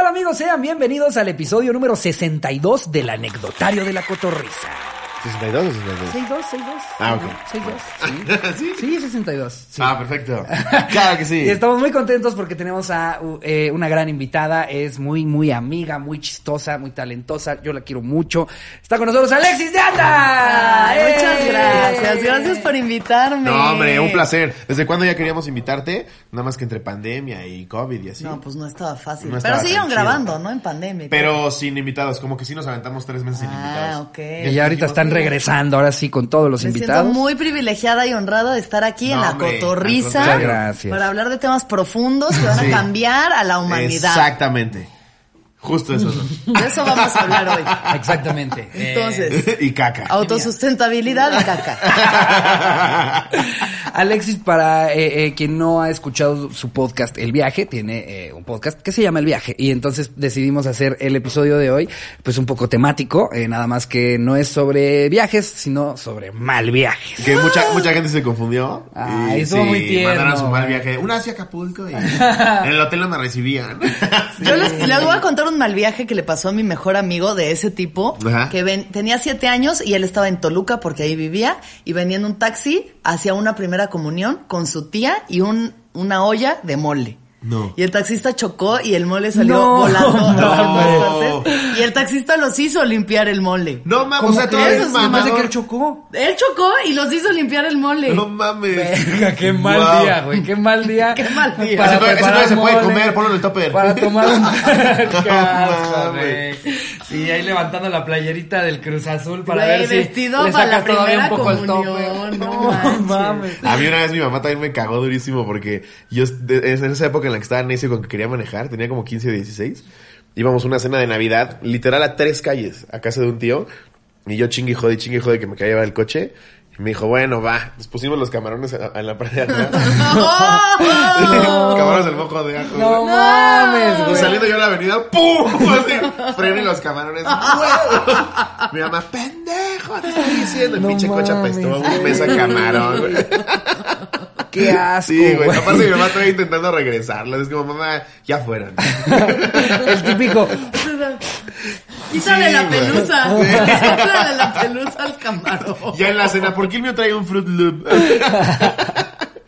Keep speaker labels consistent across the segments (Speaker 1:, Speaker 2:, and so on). Speaker 1: Hola amigos, sean bienvenidos al episodio número 62 del anecdotario de la cotorrisa.
Speaker 2: 62 o 62.
Speaker 1: 62, 62.
Speaker 2: Ah,
Speaker 1: ¿no?
Speaker 2: ok.
Speaker 1: 62.
Speaker 2: ¿Sí?
Speaker 1: Sí, sí, 62. sí.
Speaker 2: Ah, perfecto. Claro que
Speaker 1: Y
Speaker 2: sí.
Speaker 1: estamos muy contentos porque tenemos a uh, eh, una gran invitada. Es muy, muy amiga, muy chistosa, muy talentosa. Yo la quiero mucho. Está con nosotros Alexis de Anda. ¡Eh!
Speaker 3: Ay, Muchas gracias, gracias por invitarme.
Speaker 2: No, hombre, un placer. ¿Desde cuándo ya queríamos invitarte? Nada más que entre pandemia y COVID y así.
Speaker 3: No, pues no estaba fácil.
Speaker 2: No estaba
Speaker 3: Pero
Speaker 2: tan
Speaker 3: siguieron
Speaker 2: chido.
Speaker 3: grabando, ¿no? En pandemia.
Speaker 2: Pero sin invitados, como que sí nos aventamos tres meses sin
Speaker 3: Ah,
Speaker 2: invitados.
Speaker 3: ok.
Speaker 1: Y ya ahorita están regresando, ahora sí, con todos los
Speaker 3: Me
Speaker 1: invitados.
Speaker 3: siento muy privilegiada y honrada de estar aquí en
Speaker 2: No,
Speaker 3: La
Speaker 2: hombre,
Speaker 3: Cotorrisa.
Speaker 2: al
Speaker 1: contrario. Gracias.
Speaker 3: Para hablar de temas profundos que van
Speaker 2: Sí.
Speaker 3: a cambiar a la humanidad.
Speaker 2: Exactamente. Justo eso. ¿no?
Speaker 3: De eso vamos a hablar hoy.
Speaker 1: Exactamente. Eh,
Speaker 3: Entonces,
Speaker 2: y caca.
Speaker 3: autosustentabilidad y caca.
Speaker 1: Alexis, para eh, eh, quien no ha escuchado su podcast El Viaje, tiene eh, un podcast que se llama El Viaje. Y entonces decidimos hacer el episodio de hoy, pues un poco temático, eh, nada más que no es sobre viajes, sino sobre mal viajes.
Speaker 2: Que mucha, mucha gente se confundió.
Speaker 1: Ah,
Speaker 2: y
Speaker 1: estuvo muy tierno,
Speaker 2: Mandaron su mal
Speaker 1: güey.
Speaker 2: viaje. Una hacia Acapulco y en el hotel no me recibían.
Speaker 3: Yo les, les voy a contar un mal viaje que le pasó a mi mejor amigo de ese tipo,
Speaker 2: Ajá.
Speaker 3: que ven- tenía siete años y él estaba en Toluca porque ahí vivía y venía en un taxi hacia una primera comunión con su tía y un, una olla de mole.
Speaker 2: No.
Speaker 3: Y el taxista chocó y el mole salió
Speaker 1: No,
Speaker 3: volando a
Speaker 2: no.
Speaker 3: todas partes. Y el taxista los hizo limpiar el mole.
Speaker 2: No mames, o
Speaker 1: ¿Cómo
Speaker 2: sea, tú
Speaker 1: crees?
Speaker 2: eres
Speaker 1: Nada más de
Speaker 2: mamador.
Speaker 1: que chocó.
Speaker 3: Él chocó y los hizo limpiar el mole.
Speaker 2: No mames.
Speaker 1: Verga, qué mal
Speaker 2: Guau.
Speaker 1: día, güey. Qué mal día.
Speaker 3: Qué mal día.
Speaker 1: Para
Speaker 2: Ese todavía- ese todavía se
Speaker 1: preparar
Speaker 2: puede
Speaker 1: mole,
Speaker 2: comer, ponlo en el topper.
Speaker 1: Para tomar un. Qué asco,
Speaker 2: No mames.
Speaker 1: güey. Sí, ahí levantando la playerita del Cruz Azul para
Speaker 3: Güey,
Speaker 1: ver si.
Speaker 3: vestido
Speaker 1: le
Speaker 3: para la
Speaker 1: sacas todavía un
Speaker 3: primera
Speaker 1: poco el tope.
Speaker 3: comunión, no manches.
Speaker 2: A mí una vez mi mamá también me cagó durísimo porque yo, de- en esa época en la que estaba necio con que quería manejar, tenía como 15 o 16, íbamos a una cena de Navidad, literal a tres calles, a casa de un tío, y yo chingue y jode, chingue y jode que me caía el coche, y me dijo, bueno, va, nos pusimos los camarones a, a la parte de atrás. camarones del mojo de ajo.
Speaker 1: No
Speaker 2: güey.
Speaker 1: mames,
Speaker 2: Y
Speaker 1: güey.
Speaker 2: saliendo yo a la avenida, ¡pum! Así, freno y los camarones. ¡guau! Mi mamá, pendejo, te estoy diciendo. El
Speaker 1: No
Speaker 2: pinche coche
Speaker 1: mames,
Speaker 2: apestó,
Speaker 1: güey.
Speaker 2: un beso a camarón. güey.
Speaker 1: Qué asco.
Speaker 2: Sí, güey.
Speaker 1: güey.
Speaker 2: Aparte mi mamá todavía intentando regresarlo. Es como, mamá, ya fueron.
Speaker 1: El típico.
Speaker 3: Quítale
Speaker 2: Sí,
Speaker 3: la
Speaker 2: güey.
Speaker 3: pelusa. Quítale la pelusa al camarón.
Speaker 2: Ya en la cena, ¿por qué el mío trae un Fruit Loop?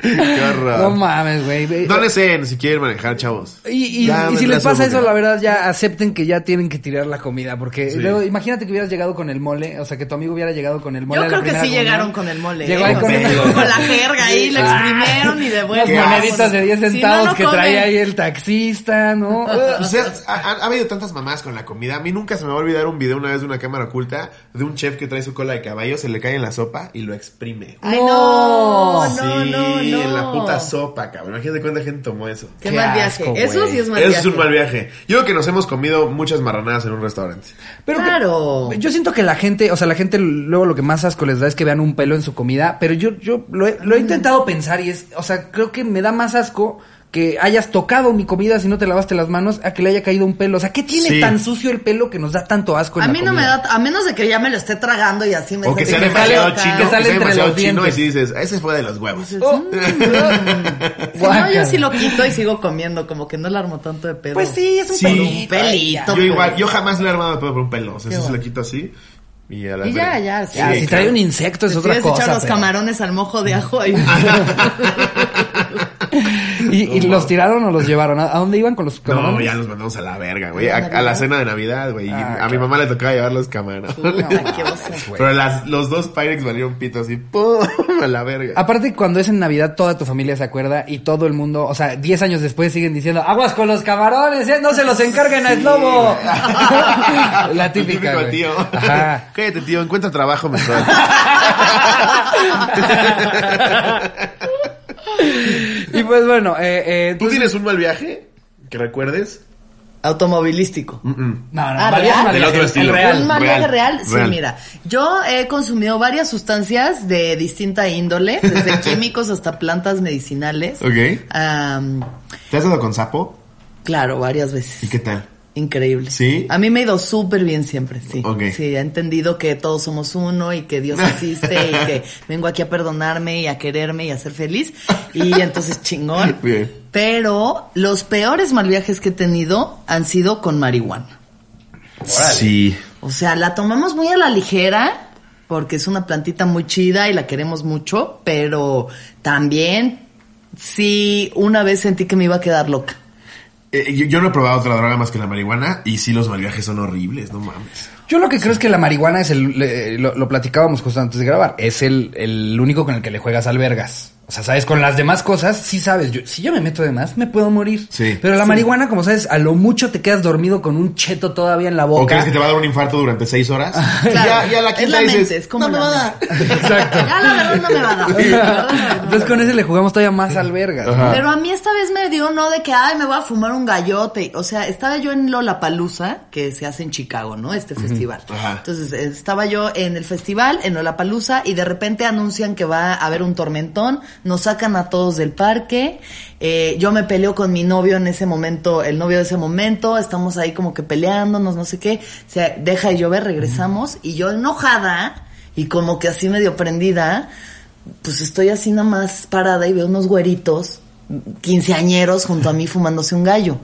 Speaker 2: Qué
Speaker 1: No
Speaker 2: horror.
Speaker 1: mames, güey.
Speaker 2: No les sé si quieren manejar, chavos.
Speaker 1: Y, y-
Speaker 2: Ya,
Speaker 1: y si
Speaker 2: la
Speaker 1: les pasa
Speaker 2: subo,
Speaker 1: eso,
Speaker 2: ya.
Speaker 1: la verdad, ya acepten que ya tienen que tirar la comida. Porque
Speaker 2: Sí.
Speaker 1: luego, imagínate que hubieras llegado con el mole. O sea, que tu amigo hubiera llegado con el mole.
Speaker 3: Yo
Speaker 1: a la
Speaker 3: creo que sí
Speaker 1: primera reunión.
Speaker 3: llegaron con el mole.
Speaker 1: Llegó
Speaker 3: ¿eh?
Speaker 1: ahí
Speaker 3: O
Speaker 1: con
Speaker 3: sea,
Speaker 1: el-
Speaker 3: llegó con la jerga ahí, la
Speaker 1: Ah,
Speaker 3: exprimieron y de
Speaker 1: Unas
Speaker 3: vuelta.
Speaker 1: moneditas de 10
Speaker 3: Si no,
Speaker 1: centavos
Speaker 3: no
Speaker 1: que
Speaker 3: comen.
Speaker 1: traía ahí el taxista, ¿no?
Speaker 2: O sea, ha, ha- ha habido tantas mamás con la comida. A mí nunca se me va a olvidar un video una vez de una cámara oculta de un chef que trae su cola de caballo, se le cae en la sopa y lo exprime.
Speaker 3: Ay, Oh, no, no,
Speaker 2: sí,
Speaker 3: no, no.
Speaker 2: en la puta sopa, cabrón. Imagínate cuánta gente tomó eso.
Speaker 3: Qué,
Speaker 1: Qué
Speaker 3: mal viaje.
Speaker 1: asco,
Speaker 3: Eso
Speaker 1: güey.
Speaker 3: sí es mal
Speaker 2: Eso
Speaker 3: viaje.
Speaker 2: es un mal viaje. Yo creo que nos hemos comido muchas marranadas en un restaurante.
Speaker 1: que-
Speaker 3: claro.
Speaker 1: yo siento que la gente, o sea, la gente luego lo que más asco les da es que vean un pelo en su comida, pero yo, yo lo he, lo he intentado pensar y es, o sea, creo que me da más asco que hayas tocado mi comida si no te lavaste las manos a que le haya caído un pelo. O sea, ¿qué tiene
Speaker 2: Sí.
Speaker 1: tan sucio el pelo que nos da tanto asco? en
Speaker 3: A
Speaker 1: la
Speaker 3: mí no me
Speaker 1: comida?
Speaker 3: da, a menos de que ya me lo esté tragando y así me
Speaker 2: O que
Speaker 3: esté
Speaker 2: sea
Speaker 1: que sale-
Speaker 2: demasiado
Speaker 3: acá.
Speaker 2: chino.
Speaker 1: que
Speaker 2: Que
Speaker 1: sale
Speaker 2: sea
Speaker 1: entre
Speaker 2: demasiado
Speaker 1: los
Speaker 2: chino y
Speaker 1: dientes.
Speaker 2: si dices, ese fue de los huevos.
Speaker 3: Dices,
Speaker 1: Oh.
Speaker 3: "Mm". Si no,
Speaker 1: Guácala.
Speaker 3: yo sí lo quito y sigo comiendo, como que no le armo tanto de pedo.
Speaker 1: Pues sí, es un
Speaker 2: Sí.
Speaker 1: pelito.
Speaker 3: Pelito.
Speaker 2: Yo igual, yo jamás le he armado de pedo por un pelo. O sea,
Speaker 3: Qué
Speaker 2: eso se
Speaker 3: bueno.
Speaker 2: lo quito así. Y, a la
Speaker 3: Y ya,
Speaker 2: verga.
Speaker 3: ya, sí.
Speaker 1: Ya, Ah, si
Speaker 2: claro.
Speaker 1: trae un insecto es
Speaker 3: Te
Speaker 1: otra
Speaker 3: sigues
Speaker 1: cosa.
Speaker 3: echando los
Speaker 1: pero-
Speaker 3: camarones al mojo de ajo ahí.
Speaker 2: Ah,
Speaker 1: ¿Y, y los tiraron o los llevaron? ¿A a dónde iban con los camarones?
Speaker 2: No, ya los mandamos a la verga, güey. A,
Speaker 3: ¿A la
Speaker 2: a la
Speaker 3: verga?
Speaker 2: cena de Navidad, güey. Y
Speaker 1: Ah,
Speaker 2: a mi
Speaker 1: claro.
Speaker 2: mamá le tocaba llevar los camarones.
Speaker 3: Puta, qué oso.
Speaker 2: Pero las, los dos Pyrex valieron pito así, ¡pum! A la verga.
Speaker 1: Aparte, cuando es en Navidad, toda tu familia se acuerda y todo el mundo, o sea, 10 años después siguen diciendo, aguas con los camarones, ¿eh? no se los encarguen al lobo. La típica.
Speaker 2: El
Speaker 1: güey.
Speaker 2: típico tío.
Speaker 1: Ajá.
Speaker 2: Cállate, tío, encuentra trabajo mejor.
Speaker 1: Y pues bueno, eh, eh,
Speaker 2: ¿Tú
Speaker 1: entonces-
Speaker 2: tienes un mal viaje? ¿Que recuerdes?
Speaker 3: Automovilísimo.
Speaker 1: No, no,
Speaker 3: Ah,
Speaker 1: mal viaje, mal
Speaker 3: ¿real?
Speaker 2: Del
Speaker 1: viaje,
Speaker 2: otro
Speaker 1: el
Speaker 2: estilo.
Speaker 3: Un
Speaker 1: real.
Speaker 3: mal
Speaker 2: real,
Speaker 3: viaje real, sí,
Speaker 2: real.
Speaker 3: mira. Yo he consumido varias sustancias de distinta índole, desde químicos hasta plantas medicinales.
Speaker 2: Ok.
Speaker 3: Am,
Speaker 2: ¿Te has dado con sapo?
Speaker 3: claro, varias
Speaker 2: ¿Y
Speaker 3: veces.
Speaker 2: qué tal?
Speaker 3: Increíble.
Speaker 2: ¿Sí?
Speaker 3: A mí me ha ido súper bien siempre, sí.
Speaker 2: Ok.
Speaker 3: Sí, ha entendido que todos somos uno y que Dios existe y que vengo aquí a perdonarme y a quererme y a ser feliz. Y entonces chingón.
Speaker 2: Bien.
Speaker 3: Pero los peores mal viajes que he tenido han sido con marihuana.
Speaker 2: Sí.
Speaker 3: O sea, la tomamos muy a la ligera porque es una plantita muy chida y la queremos mucho, pero también sí una vez sentí que me iba a quedar loca.
Speaker 2: Eh, yo, yo no he probado otra droga más que la marihuana y sí los malviajes son horribles, no mames.
Speaker 1: Yo lo que creo es que la marihuana es el. le- lo, lo platicábamos justo antes de grabar. Es el, el único con el que le juegas albergas. O sea, sabes, con las demás cosas, sí sabes. Yo, si yo me meto de más, me puedo morir.
Speaker 2: Sí.
Speaker 1: Pero la
Speaker 2: Sí.
Speaker 1: marihuana, como sabes, a lo mucho te quedas dormido con un cheto todavía en la boca.
Speaker 2: ¿O crees que te va a dar un infarto durante seis horas?
Speaker 3: Claro.
Speaker 2: ya, ya la
Speaker 3: Es
Speaker 2: quinta
Speaker 3: la
Speaker 2: dices,
Speaker 3: mente, es como
Speaker 2: no me
Speaker 3: la
Speaker 2: va a dar.
Speaker 1: Exacto.
Speaker 3: Ya la verdad no me va a dar.
Speaker 1: Entonces con ese le jugamos todavía más albergas. ¿no?
Speaker 2: Ajá.
Speaker 3: Pero a mí esta vez me dio no de que, ay, me voy a fumar un gallote. O sea, estaba yo en Lollapalooza, que se hace en Chicago, ¿no? Este festival.
Speaker 2: Ajá.
Speaker 3: Entonces, estaba yo en el festival, en Lollapalooza, y de repente anuncian que va a haber un tormentón, nos sacan a todos del parque, eh, yo me peleo con mi novio en ese momento, el novio de ese momento, estamos ahí como que peleándonos, no sé qué, se deja de llover, regresamos, y yo enojada, y como que así medio prendida, pues estoy así nada más parada y veo unos güeritos, quinceañeros, junto a mí fumándose un gallo.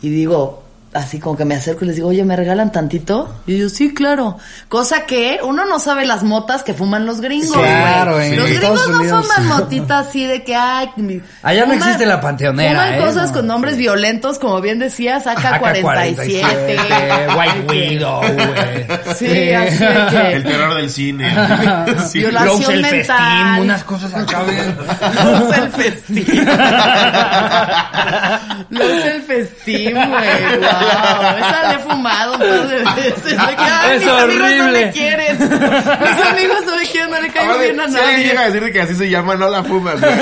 Speaker 3: Y digo, así como que me acerco y les digo, oye, ¿me regalan tantito? Y yo, sí, claro. Cosa que uno no sabe las motas que fuman los gringos. güey.
Speaker 1: Claro,
Speaker 2: en
Speaker 3: Los
Speaker 1: Estados
Speaker 3: gringos no
Speaker 1: Unidos.
Speaker 3: fuman motitas así de que, ay, mi-
Speaker 1: Allá no
Speaker 3: fuman-
Speaker 1: existe la panteonera,
Speaker 3: Fuman
Speaker 1: ¿eh?
Speaker 3: cosas
Speaker 1: No,
Speaker 3: con nombres violentos, como bien decías, AK-47.
Speaker 1: White Widow, güey.
Speaker 3: Sí, así de que-
Speaker 2: El terror del cine. Sí.
Speaker 3: Viola-
Speaker 1: Rose el
Speaker 3: mental.
Speaker 1: festín, unas cosas acá, bien.
Speaker 3: Los el festín. Los el festín, güey. Wow. Esa le he fumado un par de veces. De que, ay,
Speaker 1: Es
Speaker 3: mis amigos no
Speaker 1: horrible.
Speaker 3: me quieren. Mis amigos no me quieren, no le caigo
Speaker 2: Aparte,
Speaker 3: bien a
Speaker 2: si alguien
Speaker 3: nadie.
Speaker 2: llega a decirte que así se llama, no la fumas. güey.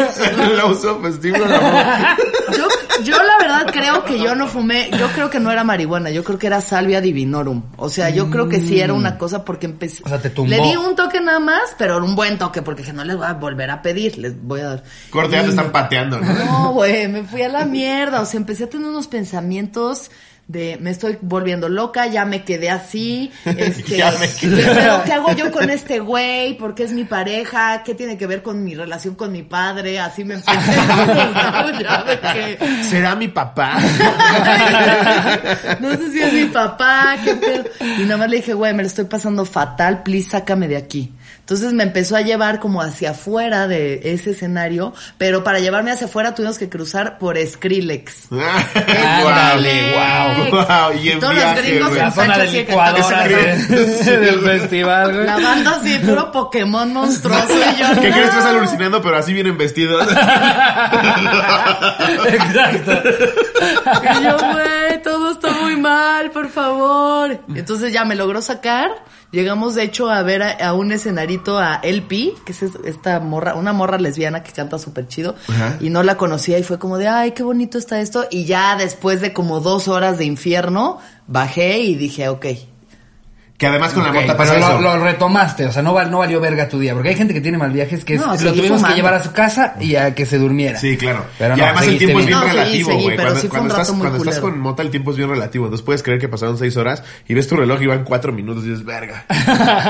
Speaker 2: Lo uso festivo, no la fumas.
Speaker 3: Yo, yo la verdad creo que yo no fumé, yo creo que no era marihuana, yo creo que era salvia divinorum. O sea, yo creo que sí era una cosa porque empecé.
Speaker 1: O sea, te tumbó.
Speaker 3: Le di un toque nada más, pero un buen toque, porque dije, no les voy a volver a pedir, les voy a dar.
Speaker 2: Corte, ya te están pateando, ¿no?
Speaker 3: No, güey, me fui a la mierda. O sea, empecé a tener unos pensamientos de me estoy volviendo loca, ya me quedé así. Este,
Speaker 2: Ya me quedé.
Speaker 3: Pero, ¿qué hago yo con este güey? ¿Por qué es mi pareja? ¿Qué tiene que ver con mi relación con mi padre? Así me empecé. ya de que,
Speaker 2: ¿Será mi papá?
Speaker 3: no sé si es mi papá, qué pedo. Y nada más le dije, güey, me lo estoy pasando fatal, please sácame de aquí. Entonces me empezó a llevar como hacia afuera de ese escenario, pero para llevarme hacia afuera tuvimos que cruzar por Skrillex.
Speaker 1: Ándale,
Speaker 2: Guau.
Speaker 3: wow.
Speaker 2: Guau, Y en
Speaker 3: Todos los
Speaker 2: viaje,
Speaker 3: gringos
Speaker 2: güey.
Speaker 3: en-
Speaker 1: La zona de licuadoras de- del festival, güey.
Speaker 3: La banda así, puro Pokémon monstruoso y yo.
Speaker 2: ¿Qué
Speaker 3: no.
Speaker 2: crees que estás alucinando? Pero así vienen vestidos.
Speaker 1: Exacto.
Speaker 3: Y yo, güey, todo está muy mal, por favor. Entonces ya me logró sacar. Llegamos, de hecho, a ver a, a un escenarito a LP, que es es- esta morra, una morra lesbiana que canta súper chido.
Speaker 2: Ajá.
Speaker 3: Y no la conocía y fue como de, ay, qué bonito está esto. Y ya después de como dos horas de infierno, bajé y dije, ok.
Speaker 2: Que además con la
Speaker 1: Ok,
Speaker 2: mota pasa
Speaker 1: pero
Speaker 2: eso.
Speaker 1: lo, lo retomaste, o sea, no, val- no valió verga tu día, porque hay gente que tiene mal viajes que es-
Speaker 3: No,
Speaker 1: lo
Speaker 3: seguí
Speaker 1: tuvimos
Speaker 3: fumando.
Speaker 1: que llevar a su casa y a que se durmiera.
Speaker 2: Sí, claro.
Speaker 1: Pero
Speaker 2: y
Speaker 1: no,
Speaker 2: además el
Speaker 1: seguiste
Speaker 2: tiempo es bien
Speaker 1: bien.
Speaker 3: No, seguí,
Speaker 2: relativo,
Speaker 3: seguí,
Speaker 2: güey.
Speaker 3: pero
Speaker 2: Cuando,
Speaker 3: sí fue
Speaker 2: cuando
Speaker 3: un
Speaker 2: estás,
Speaker 3: rato muy
Speaker 2: cuando estás
Speaker 3: culero.
Speaker 2: con mota, el tiempo es bien relativo. Entonces puedes creer que pasaron seis horas y ves tu reloj y van cuatro minutos y dices, verga,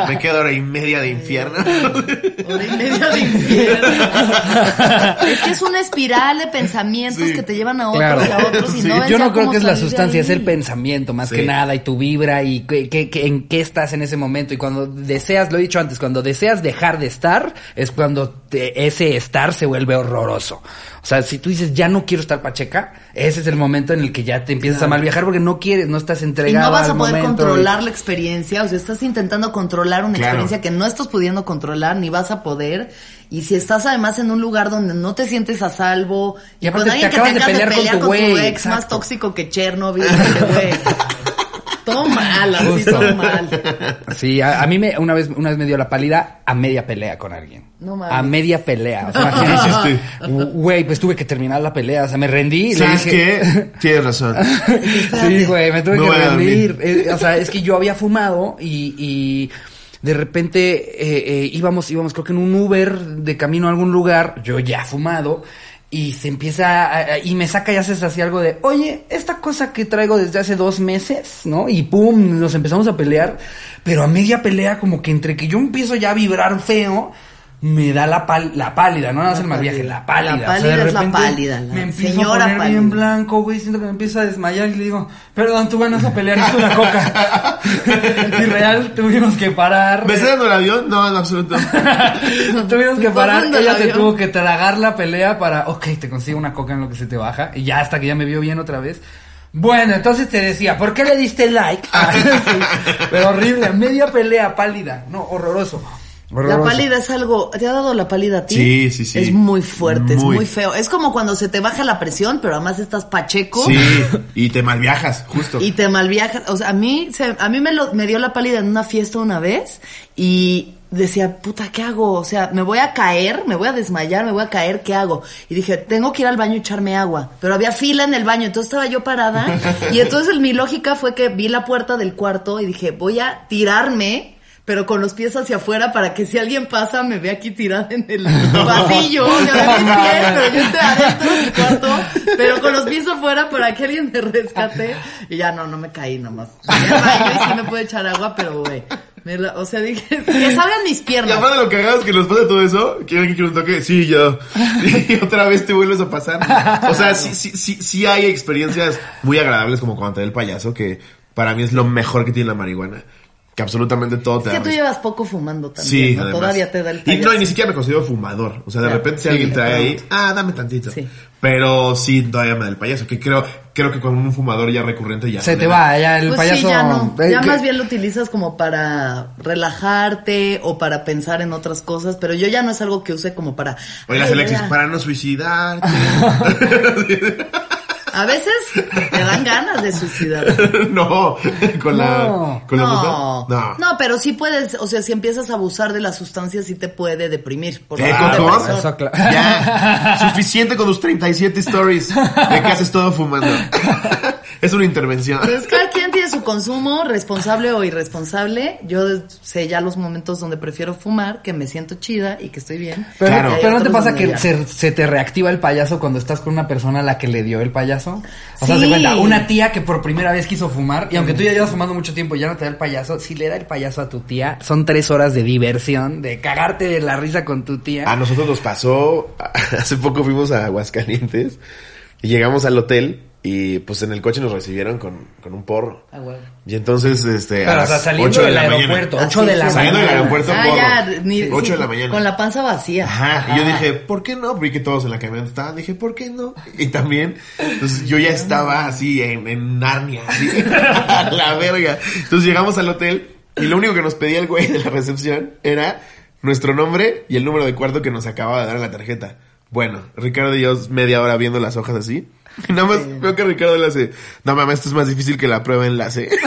Speaker 2: me queda hora y media de infierno.
Speaker 3: hora y media de infierno. es que es una espiral de pensamientos
Speaker 2: Sí.
Speaker 3: que te llevan a otros
Speaker 1: Claro.
Speaker 3: y a otros. Y
Speaker 2: Sí.
Speaker 3: no ves
Speaker 1: Yo
Speaker 3: ya
Speaker 1: no creo
Speaker 3: cómo
Speaker 1: que es la
Speaker 3: salir de
Speaker 1: sustancia, es
Speaker 3: ahí.
Speaker 1: el pensamiento más
Speaker 2: Sí.
Speaker 1: que nada y tu vibra y qué- qué- qué- en qué estás en ese momento. Y cuando deseas, lo he dicho antes, cuando deseas dejar de estar es cuando te- ese estar se vuelve horroroso. O sea, si tú dices ya no quiero estar pacheca, ese es el momento en el que ya te empiezas a mal viajar porque no quieres, no estás
Speaker 3: Y
Speaker 1: entregado.
Speaker 3: no vas a
Speaker 1: al
Speaker 3: poder
Speaker 1: momento.
Speaker 3: controlar la experiencia, o sea, estás intentando controlar una
Speaker 2: Claro.
Speaker 3: experiencia que no estás pudiendo controlar, ni vas a poder. Y si estás además en un lugar donde no te sientes a salvo,
Speaker 1: Y aparte te acabas de pelear con tu güey,
Speaker 3: ex más
Speaker 1: exacto.
Speaker 3: tóxico que Chernobyl, que, güey. Todo mal, así
Speaker 1: Justo.
Speaker 3: todo mal.
Speaker 1: Sí, a, a mí me, una vez una vez me dio la pálida a media pelea con alguien.
Speaker 3: No mames.
Speaker 1: a media pelea. O sea,
Speaker 2: ¿Qué
Speaker 1: imagínate.
Speaker 2: hiciste?
Speaker 1: Gu- Güey, pues tuve que terminar la pelea. O sea, me rendí. y le
Speaker 2: ¿Sabes
Speaker 1: dije,
Speaker 2: qué? Tienes razón.
Speaker 1: Sí, güey, me tuve
Speaker 2: Me
Speaker 1: que
Speaker 2: voy a
Speaker 1: rendir. Eh, o sea, es que yo había fumado y, y de repente eh, eh, íbamos, íbamos, creo que en un Uber de camino a algún lugar, yo ya fumado. y se empieza a- a- y me saca y haces así algo de, oye, esta cosa que traigo desde hace dos meses, ¿no? Y pum, nos empezamos a pelear, pero a media pelea como que entre que yo empiezo ya a vibrar feo, me da la, pal- la pálida, no nada más
Speaker 3: La
Speaker 1: el mal viaje,
Speaker 3: pálida.
Speaker 1: la pálida.
Speaker 3: La
Speaker 1: O sea, de
Speaker 3: pálida es la
Speaker 1: repente
Speaker 3: pálida, la
Speaker 1: me empiezo
Speaker 3: señora
Speaker 1: a poner bien
Speaker 3: pálida.
Speaker 1: blanco, güey, siento que me empiezo a desmayar y le digo, perdón, tú ganas a pelear, es una coca. y real, tuvimos que parar.
Speaker 2: ¿Me está dando el avión? No, en absoluto.
Speaker 1: Tuvimos que
Speaker 3: Bajando
Speaker 1: parar,
Speaker 3: el
Speaker 1: ella se
Speaker 3: avión.
Speaker 1: tuvo que tragar la pelea para, ok, te consigo una coca en lo que se te baja, y ya hasta que ya me vio bien otra vez. Bueno, entonces te decía, ¿por qué le diste like? Ah, sí, Pero horrible, media pelea pálida, no, horroroso.
Speaker 3: La
Speaker 1: horroroso.
Speaker 3: pálida es algo, ¿te ha dado la pálida a ti?
Speaker 2: Sí, sí, sí.
Speaker 3: Es muy
Speaker 2: Muy.
Speaker 3: fuerte, es muy feo. Es como cuando se te baja la presión, pero además estás pacheco.
Speaker 2: Sí, y te malviajas, justo.
Speaker 3: Y te malviajas. O sea, a mí, se- a mí me, lo- me dio la pálida en una fiesta una vez y decía, puta, ¿qué hago? O sea, me voy a caer, me voy a desmayar, me voy a caer, ¿qué hago? Y dije, tengo que ir al baño y echarme agua. Pero había fila en el baño, entonces estaba yo parada. Y entonces mi lógica fue que vi la puerta del cuarto y dije, voy a tirarme. Pero con los pies hacia afuera para que si alguien pasa me vea aquí tirada en el pasillo. Me ve mis pies, pero yo estoy adentro del cuarto, pero con los pies afuera para que alguien me rescate. Y ya no, no me caí nomás. Ya bailé, sí me pude echar agua, pero güey. me la- O sea, dije, que salgan mis
Speaker 2: Y
Speaker 3: piernas.
Speaker 2: aparte lo cagado es que nos pasa todo eso, que alguien quiere un toque, sí, yo. Y otra vez te vuelves a pasar. O sea, sí, sí, sí, sí hay experiencias muy agradables como cuando te da el payaso, que para mí es lo mejor que tiene la marihuana. Que absolutamente todo te
Speaker 3: Es que
Speaker 2: da
Speaker 3: tú
Speaker 2: risa.
Speaker 3: llevas poco fumando
Speaker 2: Sí,
Speaker 3: también. ¿no?
Speaker 2: además.
Speaker 3: Todavía te da el
Speaker 2: Y no, y
Speaker 3: payaso.
Speaker 2: ni siquiera me considero fumador. O sea, de
Speaker 3: Claro,
Speaker 2: repente si
Speaker 3: sí,
Speaker 2: alguien trae
Speaker 3: claro.
Speaker 2: ahí, ah, dame tantito.
Speaker 3: Sí.
Speaker 2: Pero sí, todavía me da el payaso, que creo, creo que con un fumador ya recurrente ya.
Speaker 1: Se
Speaker 2: no
Speaker 1: te
Speaker 2: le da.
Speaker 1: va, ya el
Speaker 3: Pues
Speaker 1: payaso.
Speaker 3: sí, ya no.
Speaker 1: eh,
Speaker 3: Ya
Speaker 1: que-
Speaker 3: más bien lo utilizas como para relajarte o para pensar en otras cosas, pero yo ya no es algo que use como para...
Speaker 2: Oye, las
Speaker 3: "Ay,
Speaker 2: Alexis,
Speaker 3: ya".
Speaker 2: para no suicidarte.
Speaker 3: A veces te dan ganas de suicidar.
Speaker 2: no, con la,
Speaker 1: No.
Speaker 2: con la mujer.
Speaker 3: no, pero sí puedes, o sea, si empiezas a abusar de las sustancias, sí te puede deprimir. Por
Speaker 2: ¿Eh,
Speaker 3: lo
Speaker 1: Ah,
Speaker 3: tanto,
Speaker 2: Coco?
Speaker 3: depresor.
Speaker 1: eso, claro.
Speaker 2: Ya, suficiente con tus 37 stories de que haces todo fumando. es una intervención.
Speaker 3: Entonces, cada quien tiene su consumo, responsable o irresponsable. Yo sé ya los momentos donde prefiero fumar, que me siento chida y que estoy bien.
Speaker 1: Pero,
Speaker 2: Claro.
Speaker 1: pero
Speaker 3: Y hay
Speaker 1: no te
Speaker 3: otros
Speaker 1: pasa
Speaker 3: donde
Speaker 1: que
Speaker 3: ya-
Speaker 1: se, se te reactiva el payaso cuando estás con una persona a la que le dio el payaso. O sea,
Speaker 3: Sí.
Speaker 1: se cuenta, una tía que por primera vez quiso fumar, y aunque tú ya llevas fumando mucho tiempo y ya no te da el payaso, si le da el payaso a tu tía, son tres horas de diversión, de cagarte de la risa con tu tía.
Speaker 2: A nosotros nos pasó, hace poco fuimos a Aguascalientes y llegamos al hotel y pues en el coche nos recibieron con, con un porro.
Speaker 3: Ah, güey.
Speaker 2: Y entonces, este,
Speaker 1: Pero, o sea, saliendo
Speaker 2: ocho
Speaker 1: del
Speaker 2: mañana.
Speaker 1: aeropuerto,
Speaker 3: Así
Speaker 1: ocho de la
Speaker 3: es.
Speaker 2: Saliendo del
Speaker 1: mañana.
Speaker 2: aeropuerto,
Speaker 3: Ah,
Speaker 2: gordo.
Speaker 3: ya, ni-
Speaker 2: Ocho
Speaker 3: sí,
Speaker 2: de la mañana.
Speaker 3: Con la panza vacía.
Speaker 2: Ajá. Y yo dije, ¿por qué no? Vi que todos en la camioneta estaban. Dije, ¿por qué no? Y también, entonces yo ya estaba así en, en Narnia, así, a la verga. Entonces llegamos al hotel y lo único que nos pedía el güey de la recepción era nuestro nombre y el número de cuarto que nos acababa de dar en la tarjeta. Bueno, Ricardo y yo media hora viendo las hojas así. Y Nada más veo que Ricardo le hace, no mames, esto es más difícil que la prueba de enlace.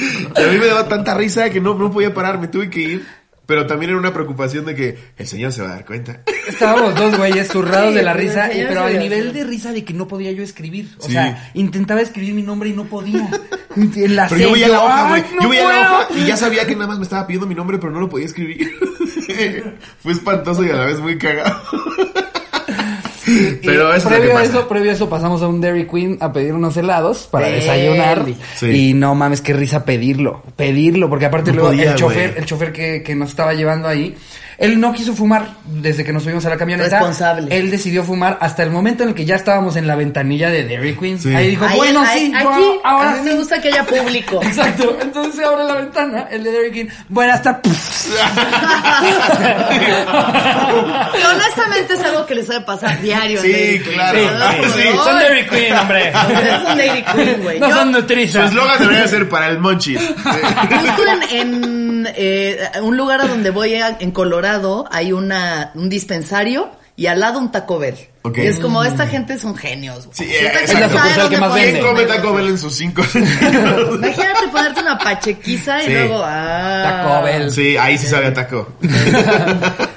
Speaker 2: Y a mí me daba tanta risa que no, no podía parar, me tuve que ir. Pero también era una preocupación de que el señor se va a dar cuenta.
Speaker 1: Estábamos dos güeyes zurrados
Speaker 3: Sí,
Speaker 1: de la
Speaker 3: pero
Speaker 1: risa,
Speaker 3: sí,
Speaker 1: y-
Speaker 3: ya
Speaker 1: pero
Speaker 3: se
Speaker 1: al
Speaker 3: ve
Speaker 1: nivel
Speaker 3: así.
Speaker 1: de risa de que no podía yo escribir. O
Speaker 2: Sí.
Speaker 1: sea, intentaba escribir mi nombre y no podía. En la
Speaker 2: Pero yo
Speaker 1: C,
Speaker 2: veía la hoja,
Speaker 1: ¡ay,
Speaker 2: güey.
Speaker 1: no
Speaker 2: yo veía la
Speaker 1: puedo!
Speaker 2: hoja y ya sabía que nada más me estaba pidiendo mi nombre, pero no lo podía escribir. Fue espantoso y a la vez muy cagado. pero
Speaker 1: Y
Speaker 2: eso es lo que
Speaker 1: previo a
Speaker 2: pasa.
Speaker 1: eso, previo a eso pasamos a un Dairy Queen a pedir unos helados para
Speaker 3: Deli.
Speaker 1: desayunar.
Speaker 2: Sí.
Speaker 1: Y no mames, qué risa pedirlo. Pedirlo, porque aparte
Speaker 2: No
Speaker 1: luego
Speaker 2: podía,
Speaker 1: el chofer,
Speaker 2: güey.
Speaker 1: el chofer que, que nos estaba llevando ahí, él no quiso fumar desde que nos subimos a la camioneta.
Speaker 3: Responsable.
Speaker 1: Él decidió fumar hasta el momento en el que ya estábamos en la ventanilla de Dairy Queen.
Speaker 2: Sí.
Speaker 1: Ahí dijo,
Speaker 3: Ahí-
Speaker 1: bueno,
Speaker 3: ahí-
Speaker 1: sí,
Speaker 3: aquí,
Speaker 1: yo ahora
Speaker 3: a mí
Speaker 1: sí.
Speaker 3: me gusta que haya público.
Speaker 1: Exacto, entonces se abre la ventana, el de Dairy Queen, bueno, hasta...
Speaker 3: Que honestamente es algo que les sabe pasar diario.
Speaker 2: Sí,
Speaker 3: en Dairy Queen.
Speaker 2: claro.
Speaker 3: ¿verdad?
Speaker 2: Sí,
Speaker 3: Como de,
Speaker 1: son
Speaker 3: "Ay,
Speaker 1: Dairy Queen, hombre.
Speaker 3: o sea, es un Dairy Queen, güey.
Speaker 1: No
Speaker 3: Yo-
Speaker 1: son
Speaker 2: Su
Speaker 1: nutrizas.
Speaker 2: eslogan debería ser para el monchis.
Speaker 3: Justo en, en, eh, un lugar a donde voy a- en Colorado hay una, un dispensario y al lado un Taco Bell.
Speaker 2: Ok.
Speaker 3: Y es como, esta gente son genios. güey.
Speaker 2: Sí,
Speaker 3: Esta
Speaker 2: eh,
Speaker 3: gente
Speaker 2: es la
Speaker 3: sabe
Speaker 1: sucursal
Speaker 3: dónde
Speaker 1: que más
Speaker 3: poner
Speaker 2: ¿Quién
Speaker 1: vende.
Speaker 3: sus
Speaker 2: come
Speaker 3: negocios.
Speaker 2: Taco Bell en sus cinco sentidos?
Speaker 3: Imagínate ponerte una pachequiza y
Speaker 2: Sí.
Speaker 3: luego, ah.
Speaker 1: Taco Bell.
Speaker 2: Sí, ahí sí sabe a taco.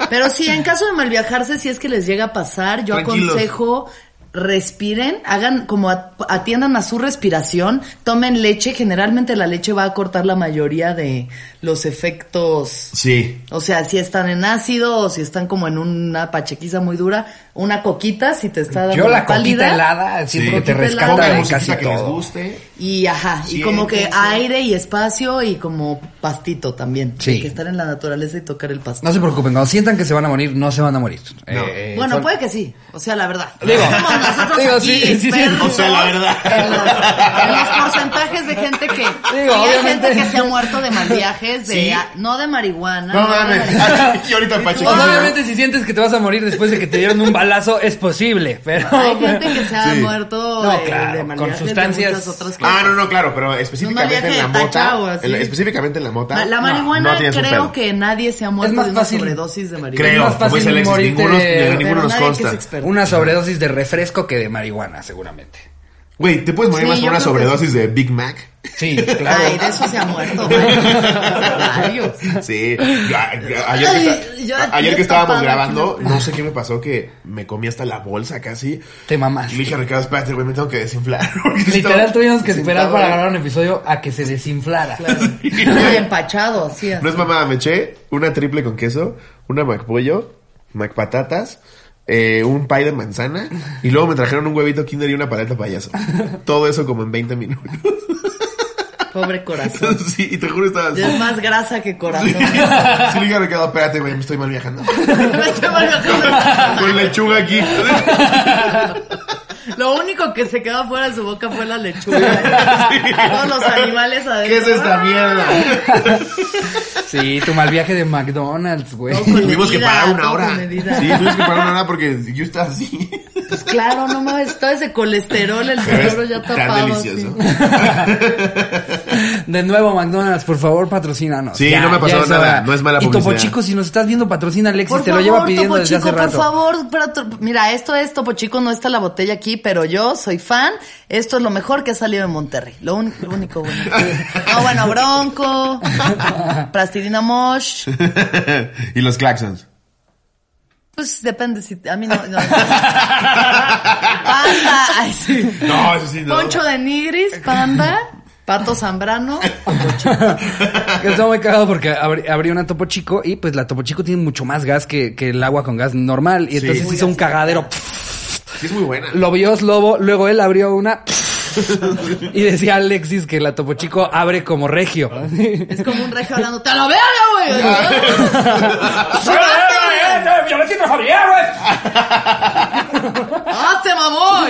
Speaker 3: Pero sí, en caso de malviajarse, si es que les llega a pasar, yo
Speaker 2: Tranquilos.
Speaker 3: aconsejo respiren, hagan como a- atiendan a su respiración, tomen leche, generalmente la leche va a cortar la mayoría de los efectos.
Speaker 2: Sí.
Speaker 3: O sea, si están en ácido o si están como en una pachequiza muy dura, una coquita si te está dando
Speaker 1: Yo la
Speaker 3: pálida.
Speaker 1: coquita helada siento
Speaker 2: Sí.
Speaker 1: que te
Speaker 3: Coquita
Speaker 1: rescata
Speaker 3: helada.
Speaker 2: Pongan
Speaker 1: de casi
Speaker 2: musiquita que les
Speaker 1: todo.
Speaker 2: guste.
Speaker 3: Y ajá, y como que aire y espacio y como pastito también.
Speaker 1: Sí.
Speaker 3: Hay que estar en la naturaleza y tocar el pasto.
Speaker 1: No se preocupen, cuando sientan que se van a morir, no se van a morir. Eh,
Speaker 3: bueno, pues,
Speaker 1: son-
Speaker 3: puede que sí. O sea, la verdad.
Speaker 1: Digo,
Speaker 3: Somos nosotros
Speaker 1: digo,
Speaker 3: aquí
Speaker 1: sí, sí, sí.
Speaker 3: expertos
Speaker 2: O sea, la verdad.
Speaker 3: En los, en los porcentajes de gente que.
Speaker 1: Digo,
Speaker 3: sí, hay
Speaker 1: obviamente.
Speaker 3: gente que se ha muerto de mal viajes, de,
Speaker 2: Sí.
Speaker 3: ah, no de marihuana.
Speaker 2: No
Speaker 3: no de marihuana.
Speaker 2: mames. Y ahorita Pacheco.
Speaker 1: O sea, obviamente si sientes que te vas a morir después de que te dieron un balazo, es posible, pero...
Speaker 3: Hay gente que se ha
Speaker 2: Sí.
Speaker 3: muerto eh,
Speaker 1: No,
Speaker 3: de-
Speaker 1: claro,
Speaker 3: de mal
Speaker 1: con
Speaker 3: viajes, de
Speaker 1: sustancias-
Speaker 3: muchas otras cosas.
Speaker 2: Ah, no, no, claro, pero específicamente en
Speaker 3: viaje
Speaker 2: la
Speaker 3: de tachao,
Speaker 2: mota.
Speaker 3: así.
Speaker 2: en la- específicamente en la mota.
Speaker 3: La
Speaker 2: no,
Speaker 3: marihuana
Speaker 2: no tienes un
Speaker 3: creo
Speaker 2: pedo.
Speaker 3: que nadie se ha muerto
Speaker 1: más
Speaker 3: de una
Speaker 1: fácil-
Speaker 3: sobredosis de marihuana.
Speaker 1: Es más
Speaker 2: Creo, como
Speaker 1: fácil
Speaker 2: dice Alexis,
Speaker 1: morirte
Speaker 2: ninguno,
Speaker 1: de-
Speaker 2: de ninguno
Speaker 3: Pero
Speaker 2: nos
Speaker 3: nadie que
Speaker 2: consta.
Speaker 3: se experta.
Speaker 1: Una sobredosis de refresco que de marihuana, seguramente.
Speaker 2: Güey, te puedes morir
Speaker 3: Sí,
Speaker 2: más
Speaker 3: yo
Speaker 2: por una
Speaker 3: creo que
Speaker 2: sobredosis de Big Mac.
Speaker 1: Sí, claro.
Speaker 3: Ay, de eso se ha muerto. varios.
Speaker 2: Sí, yo- a- yo- ayer que, esta-
Speaker 3: Ay, yo-
Speaker 2: a- ayer
Speaker 3: yo
Speaker 2: que estábamos
Speaker 3: tapada
Speaker 2: grabando,
Speaker 3: aquí.
Speaker 2: no sé qué me pasó que me comí hasta la bolsa casi.
Speaker 1: Te
Speaker 2: Y
Speaker 1: mamás.
Speaker 2: le dije a Ricardo, espérate, güey, me tengo que desinflar. porque
Speaker 1: Literal
Speaker 2: estaba
Speaker 1: tuvimos que esperar
Speaker 2: sentado,
Speaker 1: para
Speaker 2: güey.
Speaker 1: grabar un episodio a que se desinflara.
Speaker 3: Muy empachado, así.
Speaker 2: No es mamada, me eché una triple con queso, una macpollo, macpatatas, eh, un pie de manzana y luego me trajeron un huevito kinder y una paleta payaso. Todo eso como en 20 minutos.
Speaker 3: Pobre corazón.
Speaker 2: sí, y te juro estaba así.
Speaker 3: Ya es más grasa que corazón.
Speaker 2: Sí, le dije a Ricardo, espérate, güey, me estoy mal viajando.
Speaker 3: Me estoy manejando.
Speaker 2: Con lechuga aquí.
Speaker 3: Lo único que se quedó fuera de su boca fue la lechuga. Todos los animales adentro. Ah,
Speaker 2: ¿Qué es esta mierda?
Speaker 1: Sí, tu mal viaje de McDonald's, güey.
Speaker 3: No, con-
Speaker 2: Tuvimos que
Speaker 3: medida,
Speaker 2: parar
Speaker 3: todo
Speaker 2: una hora.
Speaker 3: con
Speaker 2: Sí,
Speaker 3: medida.
Speaker 2: tuvimos que parar una hora porque yo estaba así.
Speaker 3: Pues claro, no mames, todo ese colesterol, el
Speaker 2: Pero
Speaker 3: cerebro ya
Speaker 2: es
Speaker 3: tapado.
Speaker 2: tan
Speaker 3: sí.
Speaker 2: delicioso.
Speaker 1: De nuevo, McDonald's, por favor, patrocínanos.
Speaker 2: Sí, no me ha pasado
Speaker 1: es
Speaker 2: nada,
Speaker 1: hora.
Speaker 2: no es mala
Speaker 1: Y Topo
Speaker 2: publicidad.
Speaker 1: Chico, si nos estás viendo, patrocina Alexis,
Speaker 3: Por
Speaker 1: te lo
Speaker 3: favor,
Speaker 1: lleva pidiendo
Speaker 3: Topo
Speaker 1: desde
Speaker 3: Chico,
Speaker 1: hace rato.
Speaker 3: por favor, para otro- mira, esto es Topo Chico, no está la botella aquí, pero yo soy fan. Esto es lo mejor que ha salido de Monterrey. Lo, un- lo único bueno. No, bueno, Bronco, Plastilina Mosh.
Speaker 2: y los claxons.
Speaker 3: Pues depende si a mí no. no. Panda, ay, sí.
Speaker 2: No, eso sí, no.
Speaker 3: Poncho de Nigris, Panda, Pato Zambrano.
Speaker 1: Estaba muy cagado porque abrí, abrí una Topo Chico y pues la Topo Chico tiene mucho más gas que, que el agua con gas normal. Y
Speaker 2: Sí.
Speaker 1: entonces
Speaker 2: Muy
Speaker 1: hizo un cagadero.
Speaker 2: Sí, es muy buena.
Speaker 1: Lo vio Slobo, luego él abrió una. y decía Alexis que la Topo Chico abre como regio.
Speaker 2: Ah.
Speaker 3: Es como un regio hablando, ¡te lo veo, güey! ¡Ah, se mamó!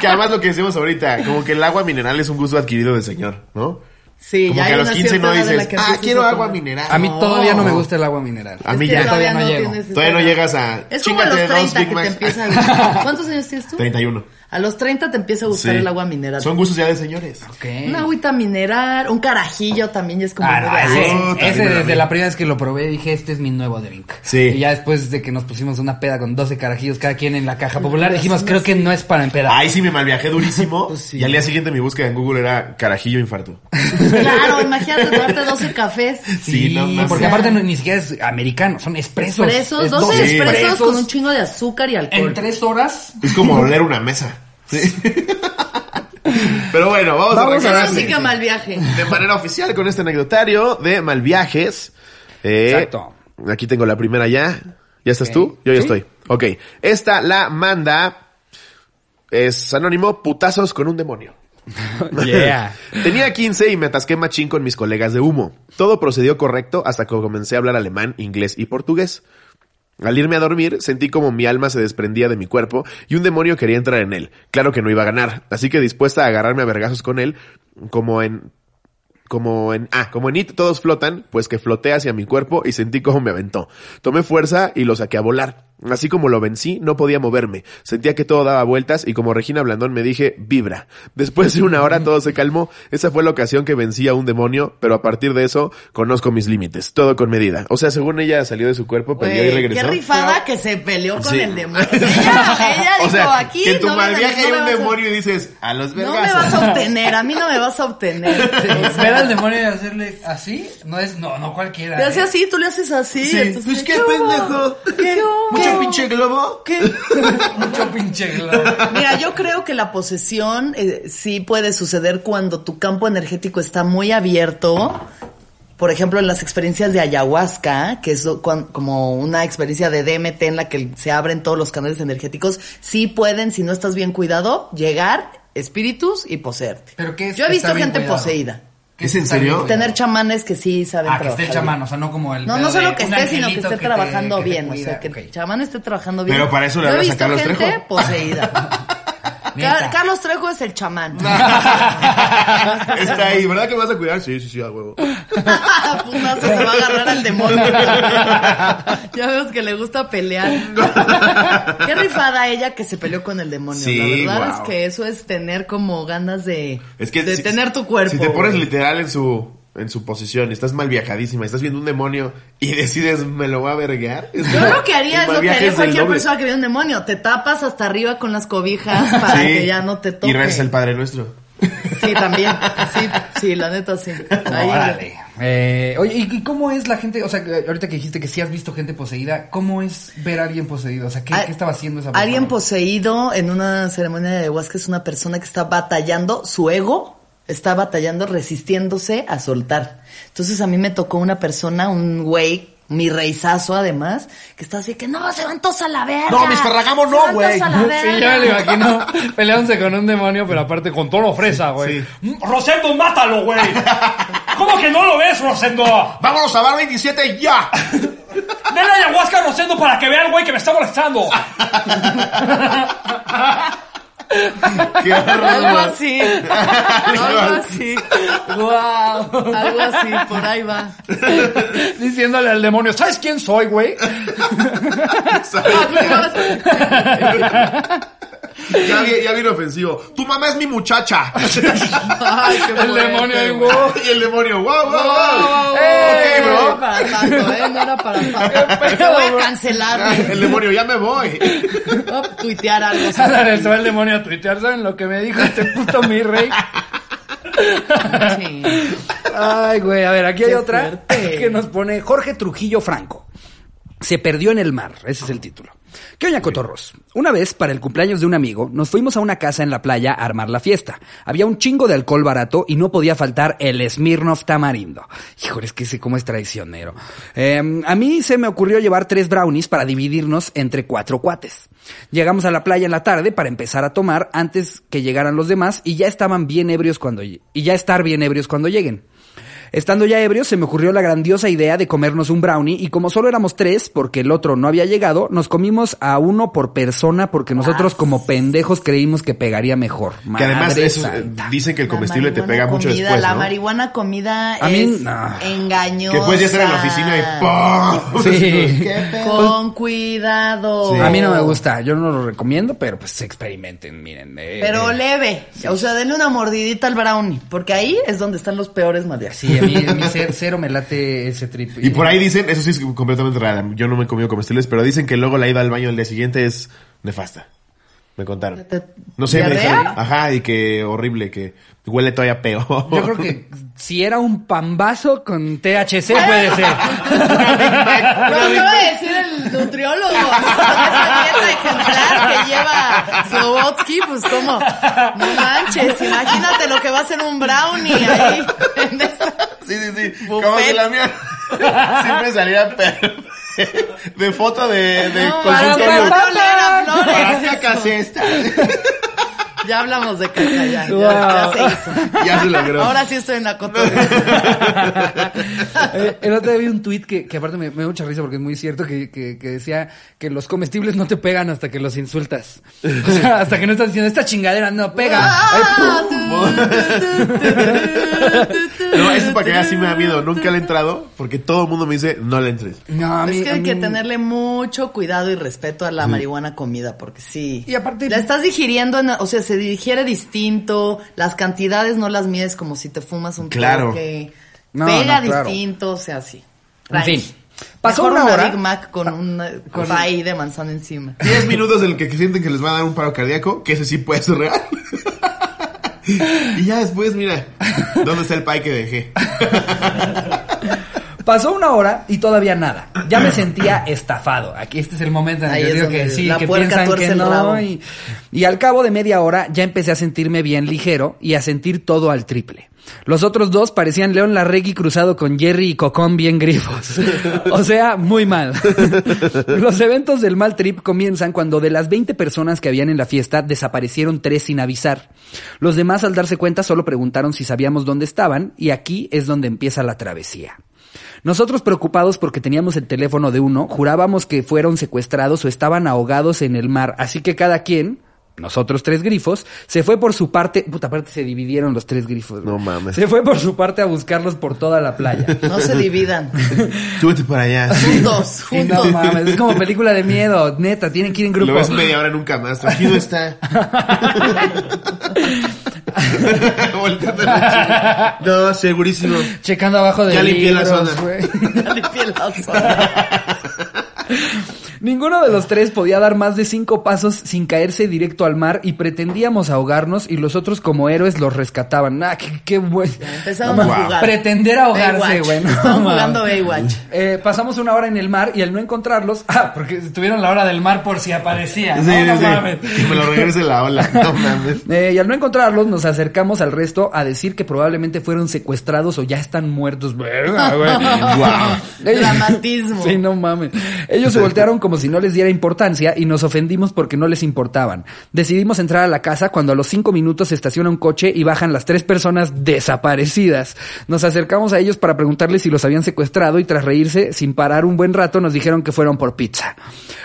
Speaker 2: Que además lo que decimos ahorita, como que el agua mineral es un gusto adquirido del señor, ¿no?
Speaker 3: Sí,
Speaker 2: Como
Speaker 3: ya
Speaker 2: que
Speaker 3: hay
Speaker 2: a los
Speaker 3: una
Speaker 2: 15
Speaker 3: cierta
Speaker 2: no
Speaker 3: edad en la
Speaker 2: dices,
Speaker 3: que
Speaker 2: ah,
Speaker 3: empiezas
Speaker 2: quiero
Speaker 3: a
Speaker 2: agua
Speaker 3: tomar".
Speaker 2: mineral.
Speaker 1: A mí
Speaker 2: No.
Speaker 1: todavía no me gusta el agua mineral.
Speaker 2: A mí
Speaker 3: Es que
Speaker 2: ya.
Speaker 1: Todavía no llego.
Speaker 3: tienes esa
Speaker 2: Todavía no
Speaker 3: edad.
Speaker 2: llegas a-
Speaker 3: Es como a los
Speaker 2: chíngate dos
Speaker 3: 30
Speaker 2: Big
Speaker 3: que te
Speaker 2: Macs.
Speaker 3: empieza a gustar. ¿Cuántos años tienes tú?
Speaker 2: 31.
Speaker 3: A los 30 te empieza a gustar
Speaker 2: Sí.
Speaker 3: el agua mineral.
Speaker 2: Son gustos ya de señores.
Speaker 1: Ok.
Speaker 3: Una agüita mineral, un carajillo también ya es como.
Speaker 1: Ah,
Speaker 3: muy
Speaker 1: no, ese,
Speaker 3: grande.
Speaker 2: Ah,
Speaker 1: ese
Speaker 2: también
Speaker 1: desde
Speaker 2: a mí.
Speaker 1: la primera vez que lo probé dije, este es mi nuevo drink.
Speaker 2: Sí.
Speaker 1: Y ya después de que nos pusimos una peda con 12 carajillos cada quien en la caja popular, dijimos, creo que no es para empedar.
Speaker 2: Ahí sí me malviajé durísimo.
Speaker 1: Pues sí.
Speaker 2: Y al día siguiente mi búsqueda en Google era carajillo infarto.
Speaker 3: "Ah, Claro, imagínate tomarte 12 cafés.
Speaker 2: sí, no mames.
Speaker 1: porque aparte no- ni siquiera es americano, son expresos.
Speaker 3: Presos,
Speaker 1: Es
Speaker 3: 12
Speaker 2: doce
Speaker 3: expresos
Speaker 1: expresos
Speaker 3: con un chingo de azúcar y alcohol.
Speaker 1: En tres horas.
Speaker 2: Es como oler una mesa. Pero bueno, vamos,
Speaker 1: Vamos a
Speaker 2: arrancar
Speaker 3: Eso sí que mal viaje.
Speaker 2: de manera oficial con este anecdotario de Malviajes. Eh,
Speaker 1: Exacto.
Speaker 2: Aquí tengo la primera ya. ¿Ya estás
Speaker 1: Ok.
Speaker 2: tú? Yo ya
Speaker 1: Sí.
Speaker 2: estoy. Ok. Esta la manda. Es anónimo, putazos con un demonio.
Speaker 1: Yeah.
Speaker 2: Tenía 15 y me atasqué machín con mis colegas de humo. Todo procedió correcto hasta que comencé a hablar alemán, inglés y portugués. Al irme a dormir, sentí como mi alma se desprendía de mi cuerpo y un demonio quería entrar en él. Claro que no iba a ganar, así que dispuesta a agarrarme a vergazos con él, como en... Como en, ah, como en IT todos flotan, pues que floté hacia mi cuerpo y sentí como me aventó. Tomé fuerza y lo saqué a volar. Así como lo vencí, no podía moverme. Sentía que todo daba vueltas y como Regina Blandón me dije, vibra. Después de una hora todo se calmó. Esa fue la ocasión que vencí a un demonio, pero a partir de eso conozco mis límites. Todo con medida. O sea, según ella salió de su cuerpo, peleó y
Speaker 3: Güey,
Speaker 2: regresó.
Speaker 3: Pues, Qué rifada que se peleó con
Speaker 2: Sí.
Speaker 3: el demonio. Ella, ella dijo,
Speaker 2: o sea,
Speaker 3: aquí
Speaker 2: que en tu
Speaker 3: no, me-
Speaker 2: mal viaje
Speaker 3: no
Speaker 2: hay
Speaker 3: me
Speaker 2: un
Speaker 3: vas a-
Speaker 2: demonio y dices, a los
Speaker 3: No me vas
Speaker 2: vergas.
Speaker 3: a obtener, a mí no me vas a obtener.
Speaker 1: Ver al demonio y hacerle así, no es, no, no cualquiera.
Speaker 3: Te hace
Speaker 1: ¿eh?
Speaker 3: así, tú le haces así.
Speaker 2: Sí,
Speaker 3: entonces,
Speaker 2: pues, qué
Speaker 3: hubo?
Speaker 2: pendejo.
Speaker 3: ¿Qué,
Speaker 2: Muchas ¿Mucho pinche globo? ¿Qué?
Speaker 4: Mucho pinche globo.
Speaker 3: Mira, yo creo que la posesión eh, sí puede suceder cuando tu campo energético está muy abierto. Por ejemplo, en las experiencias de ayahuasca, que es lo- cuan- como una experiencia de DMT en la que se abren todos los canales energéticos, sí pueden, si no estás bien cuidado, llegar espíritus y poseerte.
Speaker 4: ¿Pero qué es
Speaker 3: Yo he
Speaker 4: que
Speaker 3: visto
Speaker 4: está bien
Speaker 3: gente
Speaker 4: cuidado?
Speaker 3: poseída.
Speaker 4: ¿Qué
Speaker 2: ¿Es en
Speaker 4: está
Speaker 2: serio?
Speaker 4: bien
Speaker 1: pues,
Speaker 4: cuidado?
Speaker 3: Tener chamanes que sí saben
Speaker 4: Ah, que esté el
Speaker 3: trabajar bien.
Speaker 4: chamán, o sea, no como el.
Speaker 3: No,
Speaker 4: pedo
Speaker 3: no
Speaker 4: de
Speaker 3: solo que
Speaker 4: un
Speaker 3: esté, sino que
Speaker 4: angelito
Speaker 3: esté
Speaker 4: te-
Speaker 3: trabajando
Speaker 4: que te
Speaker 3: bien.
Speaker 4: cuida.
Speaker 3: o sea, que
Speaker 4: Ok.
Speaker 3: el chamán esté trabajando bien.
Speaker 2: Pero para eso le
Speaker 3: Yo he
Speaker 2: van a
Speaker 3: visto
Speaker 2: sacar a los
Speaker 3: gente
Speaker 2: Trejo.
Speaker 3: poseída. Car-
Speaker 4: Neta.
Speaker 3: Carlos Trejo es el chamán.
Speaker 2: Está ahí, ¿verdad que me vas a cuidar? Sí, sí, sí, a huevo.
Speaker 3: Putazo, se va a agarrar al demonio. ya vemos que le gusta pelear. Qué rifada ella que se peleó con el demonio.
Speaker 2: Sí,
Speaker 3: la verdad
Speaker 2: guau.
Speaker 3: es que eso es tener como ganas de,
Speaker 2: Es que
Speaker 3: de
Speaker 2: si-
Speaker 3: tener tu cuerpo.
Speaker 2: Si te pones
Speaker 3: güey.
Speaker 2: literal en su en su posición, y estás mal viajadísima, estás viendo un demonio y decides me lo va a verguear.
Speaker 3: Yo lo que haría
Speaker 2: El
Speaker 3: es
Speaker 2: mal
Speaker 3: lo que
Speaker 2: viaje
Speaker 3: haría
Speaker 2: del
Speaker 3: cualquier
Speaker 2: doble.
Speaker 3: persona que ve un demonio. Te tapas hasta arriba con las cobijas para
Speaker 2: Sí.
Speaker 3: que ya no te toque.
Speaker 2: Y rezas el Padre Nuestro.
Speaker 3: Sí, también. Sí, sí, la neta sí. Ahí-
Speaker 4: Órale.
Speaker 1: Eh, oye, ¿y y cómo es la gente? O sea, que ahorita que dijiste que sí has visto gente poseída, ¿cómo es ver a alguien poseído? O sea, ¿qué,
Speaker 3: Al-
Speaker 1: qué estaba haciendo esa persona?
Speaker 3: Ah, Alguien poseído en una ceremonia de ayahuasca es una persona que está batallando su ego, está batallando, resistiéndose a soltar. Entonces a mí me tocó una persona, un güey, mi reizazo además, que está así que no, se van todos a la verga.
Speaker 2: No, mis Ferragamo
Speaker 3: Se
Speaker 2: no,
Speaker 3: van
Speaker 2: güey".
Speaker 3: todos a la
Speaker 4: Sí,
Speaker 3: verga".
Speaker 4: ya me lo imagino peleándose con un demonio, pero aparte con tono fresa, güey.
Speaker 2: sí.
Speaker 4: Mm, Rosendo, mátalo, güey. ¿Cómo que no lo ves, Rosendo?
Speaker 2: ¡Vámonos a bar 27 ya!
Speaker 4: Dale ayahuasca a Rosendo para que vea al güey que me está molestando.
Speaker 2: ¡Qué horror!
Speaker 3: Algo así. Algo así. Wow. Algo así, por ahí va.
Speaker 4: Diciéndole al demonio, ¿sabes quién soy, güey?
Speaker 2: Ah, Ya, vi- ya vino ofensivo. ¡Tu mamá es mi muchacha!
Speaker 3: Ay, qué
Speaker 4: El
Speaker 3: fuerte,
Speaker 4: demonio, ahí,
Speaker 3: güey.
Speaker 4: güey.
Speaker 2: y el demonio, ¡wow, wow, wow!
Speaker 3: Eh,
Speaker 2: ok,
Speaker 3: no era
Speaker 2: bro.
Speaker 3: para tanto, eh, no era para tanto. Te voy a cancelar,
Speaker 2: El demonio, ya me voy.
Speaker 3: güey. Voy a tuitear algo.
Speaker 4: Se
Speaker 3: ¿sabes?
Speaker 4: regresó el demonio a tuitear, ¿saben lo que me dijo este puto mi rey?
Speaker 3: Sí.
Speaker 1: Ay, güey, a ver, aquí hay
Speaker 3: Qué
Speaker 1: otra
Speaker 3: fuerte.
Speaker 1: que nos pone Jorge Trujillo Franco. Se perdió en el mar, ese es el título. ¿Qué oña, cotorros? Una vez, para el cumpleaños de un amigo, nos fuimos a una casa en la playa a armar la fiesta. Había un chingo de alcohol barato y no podía faltar el Smirnoff tamarindo. Híjole, es que sé cómo es traicionero. Eh, a mí se me ocurrió llevar tres brownies para dividirnos entre cuatro cuates. Llegamos a la playa en la tarde para empezar a tomar antes que llegaran los demás y ya estaban bien ebrios cuando... lle- y ya estar bien ebrios cuando lleguen. Estando ya ebrios, se me ocurrió la grandiosa idea de comernos un brownie y como solo éramos tres, porque el otro no había llegado, nos comimos a uno por persona porque nosotros como pendejos creímos que pegaría mejor.
Speaker 2: Ah. Que además
Speaker 1: Madre
Speaker 2: eso, eh,
Speaker 1: santa.
Speaker 2: dicen que el
Speaker 3: La
Speaker 2: comestible te
Speaker 3: marihuana
Speaker 2: pega mucho
Speaker 3: comida,
Speaker 2: después,
Speaker 3: La
Speaker 2: ¿no?
Speaker 3: marihuana comida
Speaker 1: A mí,
Speaker 3: es
Speaker 1: no.
Speaker 3: engañosa.
Speaker 2: Que puedes ya estar en la oficina y ¡pum!
Speaker 1: Sí.
Speaker 3: Con Pues, cuidado.
Speaker 1: A mí no me gusta, yo no lo recomiendo, pero pues experimenten, miren. eh,
Speaker 3: Pero
Speaker 1: eh,
Speaker 3: leve. O sea, denle una mordidita al brownie. Porque ahí es donde están los peores madres.
Speaker 1: Sí, a mí, a mí ce- cero me late ese trip.
Speaker 2: Y por ahí dicen, eso sí es completamente real, yo no me he comido comestibles, pero dicen que luego la ida al baño al día siguiente es nefasta. Me contaron. No sé, me
Speaker 3: ¿Diarrea?
Speaker 2: dijeron. Ajá, y que horrible, que huele todavía peor.
Speaker 1: Yo creo que si era un pambazo con THC puede ser.
Speaker 3: Lo acaba de decir el nutriólogo. Esa dieta ejemplar que lleva Slobotsky, pues cómo. No manches, imagínate lo que va a ser un brownie ahí. en esta-
Speaker 2: Sí, sí, sí.
Speaker 3: Buffet.
Speaker 2: Como que la mía siempre salía peor. De foto de, de
Speaker 3: No, para que no
Speaker 2: consultorio.
Speaker 3: te olieran
Speaker 2: ¿Para
Speaker 3: flores.
Speaker 2: qué acá se está?
Speaker 3: Ya hablamos de caca, ya. ya-
Speaker 1: Wow.
Speaker 3: Ya, se hizo.
Speaker 2: Ya se logró.
Speaker 3: Ahora sí estoy en la cotorra.
Speaker 1: Eh, el otro día vi un tuit que, que aparte me, me da mucha risa porque es muy cierto que, que- que decía que los comestibles no te pegan hasta que los insultas. O sea, hasta que no estás diciendo, esta chingadera no pega.
Speaker 3: Ah, tu, tu, tu, tu, tu,
Speaker 2: No, eso es para que ya sí me da miedo.
Speaker 3: tu,
Speaker 2: Nunca le he entrado porque todo el mundo me dice, no le entres.
Speaker 1: No, a mí-
Speaker 3: es que
Speaker 1: a
Speaker 3: hay que
Speaker 1: mí-
Speaker 3: tenerle mucho cuidado y respeto a la marihuana comida, porque sí.
Speaker 1: Y aparte-
Speaker 3: La estás digiriendo, en- o sea, se digiere distinto, las cantidades no las mides como si te fumas un
Speaker 2: Claro.
Speaker 3: que
Speaker 1: No,
Speaker 3: pega
Speaker 1: no, claro.
Speaker 3: distinto, o sea, así.
Speaker 1: En
Speaker 3: Tranqui.
Speaker 1: fin. Pasó
Speaker 3: Mejor
Speaker 1: una hora.
Speaker 3: Big Mac con un
Speaker 1: con-
Speaker 3: pie de manzana encima.
Speaker 2: 10 minutos en el que sienten que les va a dar un paro cardíaco, que ese sí puede ser real. y ya después, mira, ¿dónde está el pie que dejé?
Speaker 1: Pasó una hora y todavía nada. Ya me sentía estafado. Aquí este es el momento en el
Speaker 3: Ahí
Speaker 1: que
Speaker 3: es
Speaker 1: digo
Speaker 3: donde
Speaker 1: que sí,
Speaker 3: la
Speaker 1: que
Speaker 3: puerca
Speaker 1: piensan
Speaker 3: tuerce
Speaker 1: que
Speaker 3: el rabo.
Speaker 1: no. Y, y al cabo de media hora ya empecé a sentirme bien ligero y a sentir todo al triple. Los otros dos parecían León Larregui cruzado con Jerry y Cocón bien grifos. O sea, muy mal. Los eventos del mal trip comienzan cuando de las 20 personas que habían en la fiesta desaparecieron tres sin avisar. Los demás al darse cuenta solo preguntaron si sabíamos dónde estaban y aquí es donde empieza la travesía. Nosotros preocupados porque teníamos el teléfono de uno, jurábamos que fueron secuestrados o estaban ahogados en el mar, así que cada quien, nosotros tres grifos, se fue por su parte, puta parte se dividieron los tres grifos. güey.
Speaker 2: No mames.
Speaker 1: Se fue por su parte a buscarlos por toda la playa.
Speaker 3: No se dividan.
Speaker 2: Tú vete para allá.
Speaker 3: Juntos,
Speaker 1: Y no
Speaker 3: juntos.
Speaker 1: mames, es como película de miedo, neta, tienen que ir en grupo.
Speaker 2: Lo ves media hora nunca más. Tranquilo está. Volteando la chica. No, segurísimo.
Speaker 1: Checando abajo de
Speaker 2: Ya limpié la
Speaker 1: libros,
Speaker 2: zona.
Speaker 1: güey.
Speaker 3: Ya limpié la zona.
Speaker 1: Ninguno de los tres podía dar más de cinco pasos sin caerse directo al mar y pretendíamos ahogarnos y los otros como héroes los rescataban. Ah, qué, qué buen-
Speaker 3: Empezaron
Speaker 1: No
Speaker 3: a
Speaker 1: mames.
Speaker 3: jugar.
Speaker 1: Pretender ahogarse,
Speaker 3: Baywatch.
Speaker 1: güey. no
Speaker 3: Estaban
Speaker 1: mames.
Speaker 3: jugando Baywatch.
Speaker 1: Eh, pasamos una hora en el mar y al no encontrarlos, ah, porque tuvieron la hora del mar por si aparecía.
Speaker 2: Sí,
Speaker 1: ¿no? No
Speaker 2: sí, sí.
Speaker 1: mames.
Speaker 2: Que me lo regrese la ola. No mames.
Speaker 1: Eh, y al no encontrarlos, nos acercamos al resto a decir que probablemente fueron secuestrados o ya están muertos. Verga, güey.
Speaker 2: Guau.
Speaker 1: Ellos-
Speaker 3: Dramatismo.
Speaker 1: Sí, no mames. Ellos se voltearon como si no les diera importancia y nos ofendimos porque no les importaban. Decidimos entrar a la casa cuando a los cinco minutos se estaciona un coche y bajan las tres personas desaparecidas. Nos acercamos a ellos para preguntarles si los habían secuestrado y tras reírse sin parar un buen rato nos dijeron que fueron por pizza.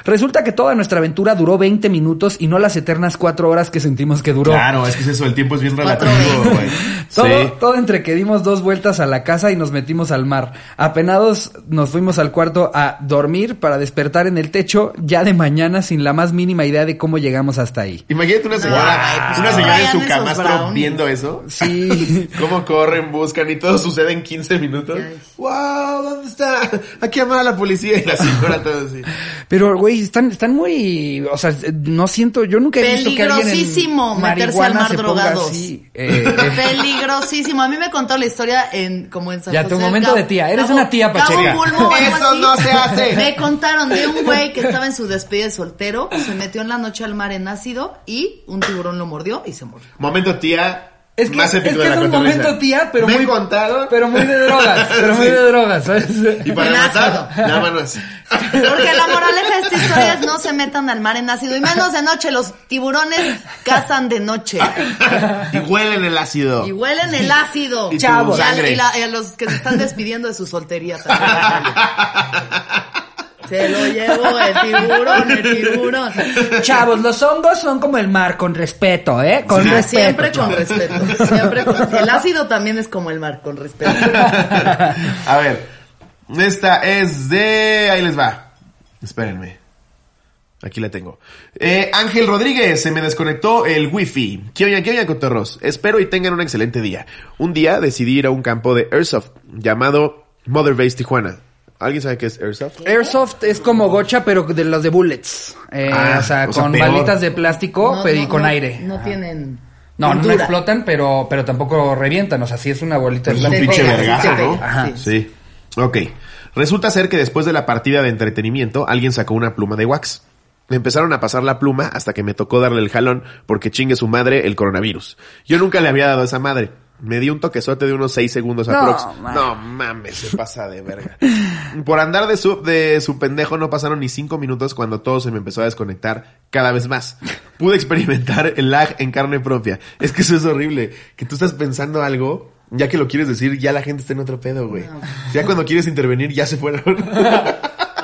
Speaker 1: Resulta que toda nuestra aventura duró 20 minutos y no las eternas cuatro horas que sentimos que duró.
Speaker 2: Claro, es que es eso. El tiempo es bien
Speaker 3: Cuatro
Speaker 2: relativo, güey.
Speaker 1: Todo,
Speaker 2: Sí.
Speaker 1: todo entre que dimos dos vueltas a la casa y nos metimos al mar. Apenados nos fuimos al cuarto a dormir para despertar en el techo ya de mañana sin la más mínima idea de cómo llegamos hasta ahí.
Speaker 2: Imagínate una señora,
Speaker 3: Ay, pues
Speaker 2: una
Speaker 3: no
Speaker 2: señora en
Speaker 3: traigan
Speaker 2: su
Speaker 3: esos
Speaker 2: camastro
Speaker 3: brownies.
Speaker 2: viendo eso.
Speaker 1: Sí.
Speaker 2: Cómo corren, buscan y todo sucede en 15 minutos. ¡Wow! ¿Dónde está? Aquí llamar a la policía y la señora todo así.
Speaker 1: Pero, güey, están, están muy... O sea, no siento... Yo nunca he visto que alguien en
Speaker 3: Peligrosísimo meterse al
Speaker 1: marihuana
Speaker 3: mar
Speaker 1: se ponga
Speaker 3: drogados.
Speaker 1: así. Eh, eh,
Speaker 3: Peligrosísimo. A mí me contó la historia en como en San
Speaker 1: Ya,
Speaker 3: José,
Speaker 1: tu momento
Speaker 3: Cabo-
Speaker 1: de tía. Eres
Speaker 3: Cabo-
Speaker 1: una tía,
Speaker 3: Cabo
Speaker 1: Pacheca.
Speaker 3: Pulmo, algo
Speaker 2: Eso
Speaker 3: así.
Speaker 2: no se hace.
Speaker 3: Me contaron de un güey que estaba en su despedida de soltero, se metió en la noche al mar en ácido y un tiburón lo mordió y se murió.
Speaker 2: Momento tía.
Speaker 1: Es que,
Speaker 2: más
Speaker 1: es, que
Speaker 2: épico
Speaker 1: es
Speaker 2: de la
Speaker 1: un
Speaker 2: cotorriza.
Speaker 1: momento tía, pero
Speaker 2: Me
Speaker 1: muy...
Speaker 2: contaron.
Speaker 1: Pero muy de drogas, pero muy
Speaker 2: Sí.
Speaker 1: de drogas, ¿sabes?
Speaker 2: Y para
Speaker 3: En
Speaker 2: matar,
Speaker 3: ácido.
Speaker 2: la mano así.
Speaker 3: Porque la moraleja de esta historia es no se metan al mar en ácido y menos de noche. Los tiburones cazan de noche
Speaker 2: y huelen el ácido.
Speaker 3: y huelen el ácido.
Speaker 2: Y tu
Speaker 3: Chavos. Y a,
Speaker 2: sangre.
Speaker 3: y la- y a los que se están despidiendo de su soltería también. Se lo llevó el tiburón, el tiburón.
Speaker 1: Chavos, los hongos son como el mar, con respeto, ¿eh? Con
Speaker 2: Sí.
Speaker 1: respeto.
Speaker 3: Siempre con
Speaker 1: chavos.
Speaker 3: respeto. Siempre con- el ácido también es como el mar, con respeto.
Speaker 2: este. a ver. Esta es de. Ahí les va. Espérenme. Aquí la tengo. Eh, Ángel Rodríguez, se me desconectó el wifi. ¿Qué oña, qué oña, cotorros? Espero y tengan un excelente día. Un día decidí ir a un campo de Airsoft llamado Mother Base Tijuana. ¿Alguien sabe qué es Airsoft?
Speaker 1: Airsoft es como gocha, pero de los de bullets. Eh,
Speaker 2: Ah,
Speaker 1: o sea,
Speaker 2: o sea,
Speaker 1: con
Speaker 2: peor.
Speaker 1: balitas de plástico
Speaker 3: No,
Speaker 1: pero y
Speaker 3: no,
Speaker 1: con
Speaker 3: no,
Speaker 1: aire.
Speaker 3: No tienen.
Speaker 1: No, no,
Speaker 3: pintura.
Speaker 1: explotan, pero, pero tampoco revientan. O sea, sí es una bolita de
Speaker 2: Pues es un
Speaker 3: Te
Speaker 1: plástico.
Speaker 2: pinche
Speaker 3: pega,
Speaker 2: vergazo,
Speaker 3: sí te
Speaker 2: ¿no?
Speaker 3: pega,
Speaker 2: Ajá.
Speaker 3: sí.
Speaker 2: Sí. Ok. Resulta ser que después de la partida de entretenimiento, alguien sacó una pluma de wax. Me empezaron a pasar la pluma hasta que me tocó darle el jalón porque chingue su madre el coronavirus. Yo nunca le había dado a esa madre. Me di un toquezote de unos 6 segundos
Speaker 1: No,
Speaker 2: aprox.
Speaker 1: man.
Speaker 2: No mames, se pasa de verga. Por andar de su, de su pendejo no pasaron ni 5 minutos cuando todo se me empezó a desconectar cada vez más. Pude experimentar el lag en carne propia. Es que eso es horrible. Que tú estás pensando algo, ya que lo quieres decir, ya la gente está en otro pedo, güey. Ya cuando quieres intervenir, ya se fueron.